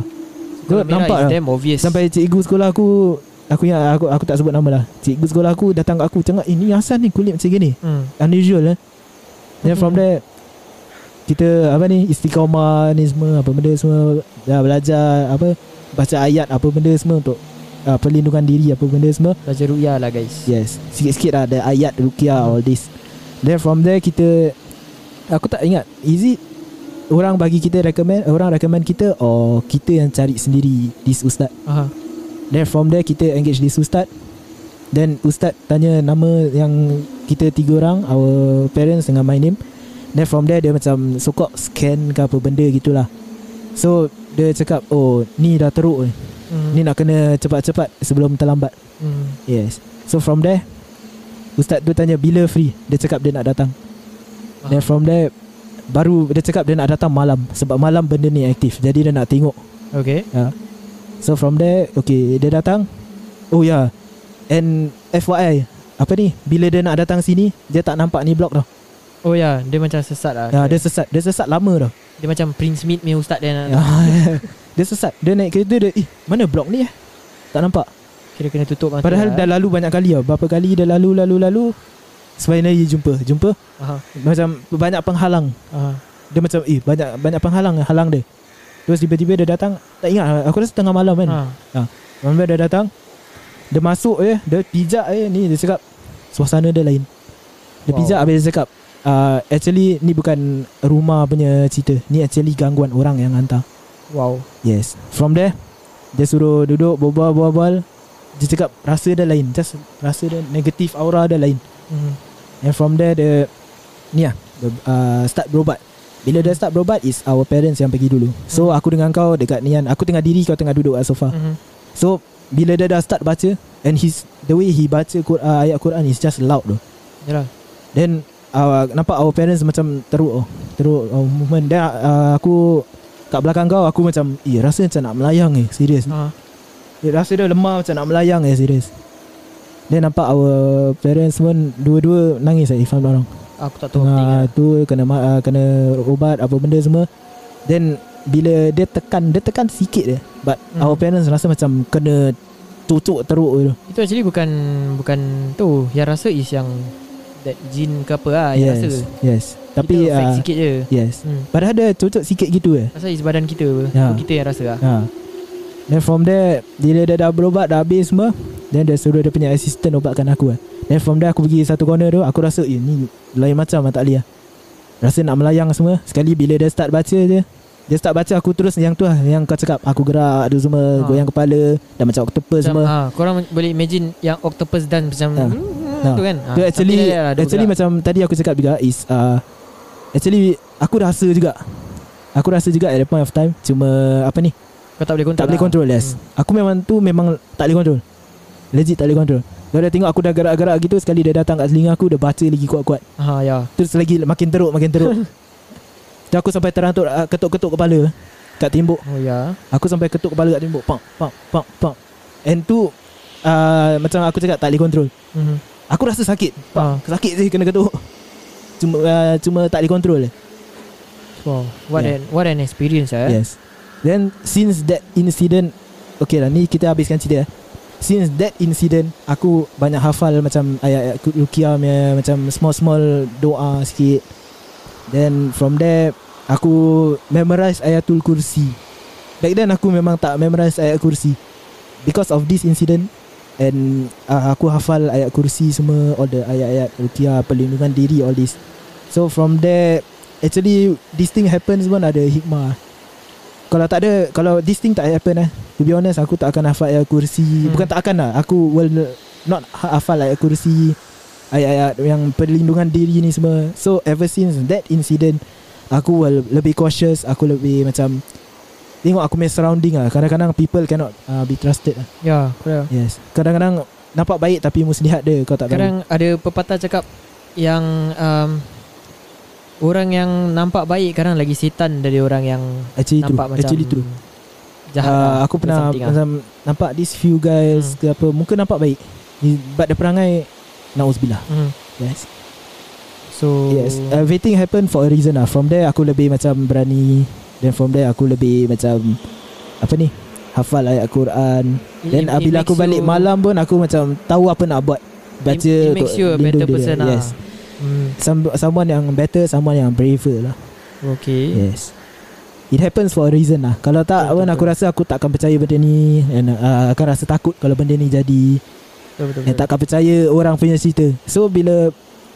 [SPEAKER 1] Kalau
[SPEAKER 2] Kau nampak
[SPEAKER 1] merah
[SPEAKER 2] lah.
[SPEAKER 1] is damn obvious
[SPEAKER 2] Sampai cikgu sekolah aku aku ingat aku aku tak sebut nama lah. Cikgu sekolah aku datang kat aku cakap ini eh, ni Hasan ni kulit macam gini.
[SPEAKER 1] hmm.
[SPEAKER 2] Unusual eh. Then from
[SPEAKER 1] Mhm.
[SPEAKER 2] there kita apa ni istiqamah ni semua apa benda semua dah belajar apa baca ayat apa benda semua untuk uh, perlindungan diri apa benda semua.
[SPEAKER 1] Belajar ruya lah guys
[SPEAKER 2] Yes Sikit-sikit lah Ada ayat Rukia All this Then from there kita Aku tak ingat Is it Orang bagi kita recommend Orang recommend kita Or kita yang cari sendiri This ustaz
[SPEAKER 1] Aha.
[SPEAKER 2] Then from there kita engage this ustaz Then ustaz tanya nama yang Kita tiga orang Our parents dengan my name Then from there dia macam So called scan ke apa benda gitulah So dia cakap Oh ni dah teruk ni.
[SPEAKER 1] Hmm.
[SPEAKER 2] Ni nak kena cepat-cepat Sebelum terlambat
[SPEAKER 1] hmm.
[SPEAKER 2] Yes So from there Ustaz tu tanya bila free Dia cakap dia nak datang
[SPEAKER 1] Ah.
[SPEAKER 2] Then from there Baru dia cakap dia nak datang malam Sebab malam benda ni aktif Jadi dia nak tengok
[SPEAKER 1] Okay
[SPEAKER 2] So from there Okay dia datang Oh ya yeah. And FYI Apa ni Bila dia nak datang sini Dia tak nampak ni blok tau
[SPEAKER 1] Oh ya yeah. Dia macam sesat lah
[SPEAKER 2] Ya, Dia sesat Dia sesat lama tau
[SPEAKER 1] Dia macam Prince Smith punya ustaz dia nak
[SPEAKER 2] Ya, Dia sesat Dia naik kereta dia Eh mana blok ni eh Tak nampak
[SPEAKER 1] Kira kena tutup mata
[SPEAKER 2] Padahal dah
[SPEAKER 1] lah.
[SPEAKER 2] lalu banyak kali tau Berapa kali dia lalu lalu lalu Sebenarnya dia jumpa Jumpa
[SPEAKER 1] Aha.
[SPEAKER 2] Macam banyak penghalang
[SPEAKER 1] Aha.
[SPEAKER 2] Dia macam eh banyak banyak penghalang yang halang dia Terus tiba-tiba dia datang Tak ingat aku rasa tengah malam kan ha.
[SPEAKER 1] Ha.
[SPEAKER 2] Malam dia datang Dia masuk je Dia pijak je Ni dia cakap Suasana dia lain Dia
[SPEAKER 1] Wow.
[SPEAKER 2] pijak habis dia cakap uh, Actually ni bukan rumah punya cerita Ni actually gangguan orang yang hantar
[SPEAKER 1] Wow
[SPEAKER 2] Yes From there Dia suruh duduk Berbual-bual Dia cakap rasa dia lain Just rasa dia negatif aura dia lain
[SPEAKER 1] hmm.
[SPEAKER 2] And from there the Ni lah the, uh, Start berobat Bila dia start berobat Is our parents yang pergi dulu So aku dengan kau Dekat ni kan Aku tengah diri Kau tengah duduk kat sofa
[SPEAKER 1] Hmm.
[SPEAKER 2] So Bila dia dah start baca And his The way he baca Quran, uh, Ayat Quran Is just loud tu
[SPEAKER 1] Yalah
[SPEAKER 2] Then uh, Nampak our parents Macam teruk oh. Teruk oh, movement Then uh, aku Kat belakang kau Aku macam Eh rasa macam nak melayang eh Serius
[SPEAKER 1] ha.
[SPEAKER 2] dia rasa dia lemah macam nak melayang eh serius. Dia nampak our parents pun dua-dua nangis eh if I'm not wrong.
[SPEAKER 1] Aku tak tahu penting
[SPEAKER 2] Tengah
[SPEAKER 1] lah.
[SPEAKER 2] tu kena ma- uh, kena ubat apa benda semua. Then bila dia tekan dia tekan sikit je but
[SPEAKER 1] Hmm.
[SPEAKER 2] hmm. our parents rasa macam kena cucuk teruk gitu.
[SPEAKER 1] Itu actually bukan Bukan tu Yang rasa is yang That jin ke apa lah Yang
[SPEAKER 2] yes.
[SPEAKER 1] rasa
[SPEAKER 2] Yes. Tapi
[SPEAKER 1] Kita uh,
[SPEAKER 2] uh,
[SPEAKER 1] sikit je
[SPEAKER 2] yes.
[SPEAKER 1] hmm.
[SPEAKER 2] Padahal dia cucuk sikit gitu eh.
[SPEAKER 1] Pasal is badan kita apa
[SPEAKER 2] Ya.
[SPEAKER 1] Kita yang rasa lah
[SPEAKER 2] Ha. Then from there Bila dia dah berobat Dah habis semua Then dia suruh dia punya assistant Obatkan aku lah Then from there aku pergi satu corner tu Aku rasa Eh ni lain macam lah tak boleh lah Rasa nak melayang semua Sekali bila dia start baca je Dia start baca aku terus Yang tu lah Yang kau cakap Aku gerak tu semua
[SPEAKER 1] Ha.
[SPEAKER 2] Goyang kepala Dah macam octopus
[SPEAKER 1] Macam,
[SPEAKER 2] semua
[SPEAKER 1] ha, korang boleh imagine yang octopus dan macam
[SPEAKER 2] Ha.
[SPEAKER 1] hmm, tu kan. Ha,
[SPEAKER 2] Tu actually
[SPEAKER 1] tapi dia dah- dah
[SPEAKER 2] Actually
[SPEAKER 1] bergerak.
[SPEAKER 2] macam Tadi aku cakap juga Is uh, Actually Aku rasa juga Aku rasa juga At the point of time Cuma Apa ni
[SPEAKER 1] kau tak boleh control.
[SPEAKER 2] Tak boleh
[SPEAKER 1] lah.
[SPEAKER 2] control yes Aku memang tu Memang tak boleh control Legit tak boleh control Kau dah tengok aku dah gerak-gerak gitu Sekali dia datang kat telinga aku Dia baca lagi kuat-kuat
[SPEAKER 1] Hmm. Ha ya.
[SPEAKER 2] Terus lagi makin teruk Makin teruk Tu aku sampai terantuk uh, Ketuk-ketuk kepala Kat timbuk
[SPEAKER 1] Oh ya.
[SPEAKER 2] Aku sampai ketuk kepala kat timbuk Pam, pam, pam, pam And tu uh, Macam aku cakap Tak boleh control
[SPEAKER 1] Mhm.
[SPEAKER 2] Aku rasa sakit
[SPEAKER 1] Ha.
[SPEAKER 2] Sakit je kena ketuk Cuma uh, cuma tak dikontrol je
[SPEAKER 1] Wow. What an
[SPEAKER 2] Yeah.
[SPEAKER 1] what an experience eh.
[SPEAKER 2] Ya. Yes Then since that incident Okay lah ni kita habiskan cerita eh. Since that incident Aku banyak hafal macam Ayat-ayat Qu- Ruqyah punya Macam small-small doa sikit Then from there Aku memorize ayatul kursi Back then aku memang tak memorize ayat kursi Because of this incident And uh, aku hafal ayat kursi semua All the ayat-ayat Ruqyah Perlindungan diri all this So from there Actually This thing happens pun ada hikmah Kalau tak ada Kalau this thing tak happen eh To be honest Aku tak akan hafal ayat kursi
[SPEAKER 1] Hmm.
[SPEAKER 2] hmm. Bukan tak akan lah Aku will Not ha- hafal ayat kursi Ayat-ayat yang perlindungan diri ni semua So ever since that incident Aku will lebih cautious Aku lebih macam Tengok aku punya surrounding lah Kadang-kadang people cannot uh, be trusted lah
[SPEAKER 1] Ya, yeah,
[SPEAKER 2] Yes Kadang-kadang Nampak baik tapi muslihat dia Kau tak tahu
[SPEAKER 1] Kadang ada pepatah cakap yang um, orang yang nampak baik kadang lagi setan dari orang yang
[SPEAKER 2] Actually
[SPEAKER 1] nampak
[SPEAKER 2] true
[SPEAKER 1] macam
[SPEAKER 2] Actually true
[SPEAKER 1] Jahat.
[SPEAKER 2] uh,
[SPEAKER 1] lah,
[SPEAKER 2] Aku
[SPEAKER 1] or
[SPEAKER 2] pernah
[SPEAKER 1] something lah.
[SPEAKER 2] macam Nampak these few guys
[SPEAKER 1] Hmm.
[SPEAKER 2] ke apa Muka nampak baik Ni- But dia perangai Nauzubillah
[SPEAKER 1] Mhm.
[SPEAKER 2] Yes
[SPEAKER 1] So
[SPEAKER 2] Yes eh,
[SPEAKER 1] Oh.
[SPEAKER 2] Everything happen for a reason lah From there aku lebih macam berani Then from there aku lebih macam Apa ni Hafal ayat Quran
[SPEAKER 1] it-
[SPEAKER 2] Then
[SPEAKER 1] it- it
[SPEAKER 2] bila aku
[SPEAKER 1] makes
[SPEAKER 2] balik
[SPEAKER 1] you-
[SPEAKER 2] malam pun Aku macam tahu apa nak buat Baca
[SPEAKER 1] it, it makes
[SPEAKER 2] untuk
[SPEAKER 1] you a
[SPEAKER 2] lindung
[SPEAKER 1] better
[SPEAKER 2] diri.
[SPEAKER 1] person lah.
[SPEAKER 2] Yes
[SPEAKER 1] Hmm.
[SPEAKER 2] Some, Someone yang better Someone yang braver lah
[SPEAKER 1] Okay.
[SPEAKER 2] Yes It happens for a reason lah Kalau tak
[SPEAKER 1] Betul,
[SPEAKER 2] pun aku
[SPEAKER 1] betul.
[SPEAKER 2] rasa Aku takkan percaya benda ni And uh, akan rasa takut Kalau benda ni jadi
[SPEAKER 1] Betul betul.
[SPEAKER 2] And
[SPEAKER 1] betul.
[SPEAKER 2] takkan percaya Orang punya cerita So bila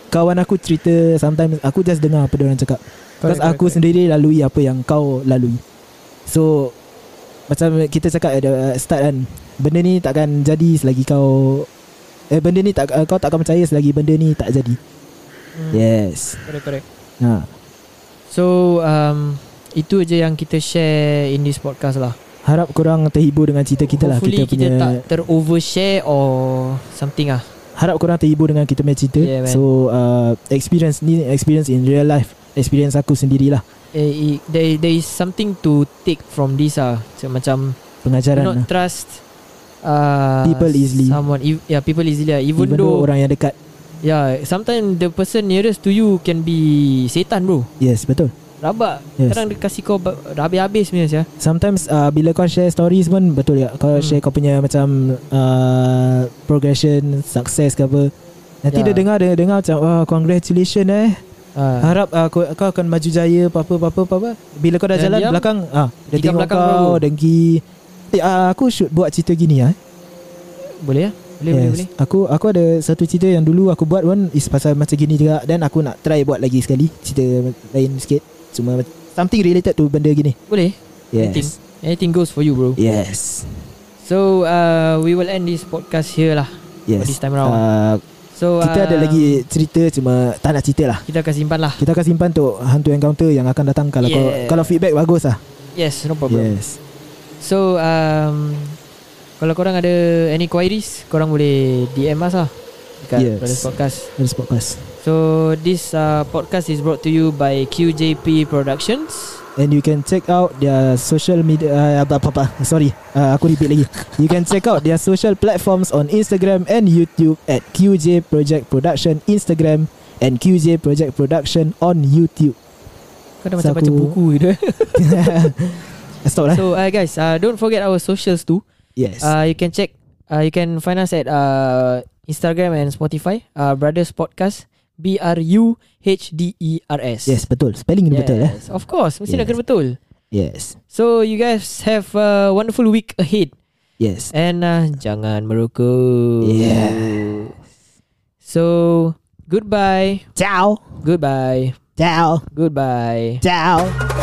[SPEAKER 2] Kawan aku cerita Sometimes aku just dengar Apa orang cakap Because
[SPEAKER 1] Correct,
[SPEAKER 2] aku
[SPEAKER 1] correct,
[SPEAKER 2] sendiri lalui Apa yang kau lalui So Macam kita cakap ada Start kan Benda ni takkan jadi Selagi kau Eh benda ni tak Kau takkan percaya Selagi benda ni tak jadi
[SPEAKER 1] Hmm.
[SPEAKER 2] Yes
[SPEAKER 1] Correct correct.
[SPEAKER 2] ha.
[SPEAKER 1] So um, itu je yang kita share in this podcast lah.
[SPEAKER 2] Harap korang terhibur Dengan cerita kita lah
[SPEAKER 1] Hopefully
[SPEAKER 2] Kita
[SPEAKER 1] kita,
[SPEAKER 2] punya
[SPEAKER 1] tak terovershare or something ah.
[SPEAKER 2] harap korang terhibur dengan kita punya cerita.
[SPEAKER 1] Yeah,
[SPEAKER 2] Yeah,
[SPEAKER 1] man.
[SPEAKER 2] so uh, experience ni experience in real life, experience aku sendirilah
[SPEAKER 1] Eh, eh, there there is something to take from this ah. Macam, macam do
[SPEAKER 2] pengajaran
[SPEAKER 1] not
[SPEAKER 2] lah.
[SPEAKER 1] trust uh,
[SPEAKER 2] People easily.
[SPEAKER 1] Someone, Ev- yeah, people easily. lah. Even,
[SPEAKER 2] Even though
[SPEAKER 1] though,
[SPEAKER 2] orang yang dekat.
[SPEAKER 1] yeah, sometimes Ya, the person nearest to you can be setan bro.
[SPEAKER 2] Yes, betul.
[SPEAKER 1] Rabak.
[SPEAKER 2] Yes.
[SPEAKER 1] Kadang dia kasih kau ba- habis-habis punya ya.
[SPEAKER 2] Sometimes uh, bila kau share stories pun betul ya. Kau
[SPEAKER 1] Hmm.
[SPEAKER 2] hmm. share kau punya macam uh, progression, success ke apa. Nanti
[SPEAKER 1] Yeah.
[SPEAKER 2] dia dengar dia dengar macam wah congratulations eh.
[SPEAKER 1] Uh,
[SPEAKER 2] Harap uh, kau, kau akan maju jaya apa apa apa apa. apa. Bila kau dah
[SPEAKER 1] Dan
[SPEAKER 2] jalan
[SPEAKER 1] diam,
[SPEAKER 2] belakang ah dia
[SPEAKER 1] tiga
[SPEAKER 2] tengok
[SPEAKER 1] belakang
[SPEAKER 2] kau
[SPEAKER 1] baru.
[SPEAKER 2] dengki. Eh, uh, aku should buat cerita gini ah.
[SPEAKER 1] boleh ya? Boleh, boleh, boleh.
[SPEAKER 2] Aku aku ada satu cerita yang dulu aku buat pun is pasal macam gini juga dan aku nak try buat lagi sekali cerita lain sikit. Cuma something related to benda gini.
[SPEAKER 1] Boleh. Anything.
[SPEAKER 2] Yes.
[SPEAKER 1] Anything goes for you bro.
[SPEAKER 2] Yes.
[SPEAKER 1] So uh, we will end this podcast here lah.
[SPEAKER 2] Yes.
[SPEAKER 1] this time round.
[SPEAKER 2] Uh,
[SPEAKER 1] So
[SPEAKER 2] kita
[SPEAKER 1] uh,
[SPEAKER 2] ada lagi cerita cuma tak nak cerita lah.
[SPEAKER 1] Kita akan simpan lah.
[SPEAKER 2] Kita akan simpan tu hantu encounter yang akan datang kalau
[SPEAKER 1] Yeah.
[SPEAKER 2] yeah. kalau feedback bagus lah.
[SPEAKER 1] Yes, no problem.
[SPEAKER 2] Yes.
[SPEAKER 1] So um, kalau korang ada any queries, korang boleh DM us lah dekat yes.
[SPEAKER 2] Yes.
[SPEAKER 1] Brothers Podcast.
[SPEAKER 2] This podcast.
[SPEAKER 1] So this uh, podcast is brought to you by QJP Productions.
[SPEAKER 2] And you can check out their social media uh, apa, apa, apa. Sorry uh, Aku repeat lagi You can check out their social platforms On Instagram and YouTube At QJ Project Production Instagram And QJ Project Production On YouTube
[SPEAKER 1] Kau dah
[SPEAKER 2] So
[SPEAKER 1] macam baca
[SPEAKER 2] aku-
[SPEAKER 1] buku gitu.
[SPEAKER 2] Stop lah
[SPEAKER 1] so
[SPEAKER 2] so,
[SPEAKER 1] uh, guys, uh, don't forget our socials too.
[SPEAKER 2] Yes
[SPEAKER 1] Uh,
[SPEAKER 2] uh,
[SPEAKER 1] you can check. Uh, you can find us at uh, Instagram and Spotify. Uh, Brothers Podcast. B R U H D E R S.
[SPEAKER 2] Yes betul Spelling ni betul eh
[SPEAKER 1] Of course, mesti nak
[SPEAKER 2] Yes.
[SPEAKER 1] kena betul.
[SPEAKER 2] Yes.
[SPEAKER 1] So you guys have a wonderful week ahead
[SPEAKER 2] Yes.
[SPEAKER 1] and uh, jangan merokok.
[SPEAKER 2] Yeah.
[SPEAKER 1] So goodbye.
[SPEAKER 2] Ciao.
[SPEAKER 1] Goodbye.
[SPEAKER 2] Ciao.
[SPEAKER 1] Goodbye.
[SPEAKER 2] Ciao.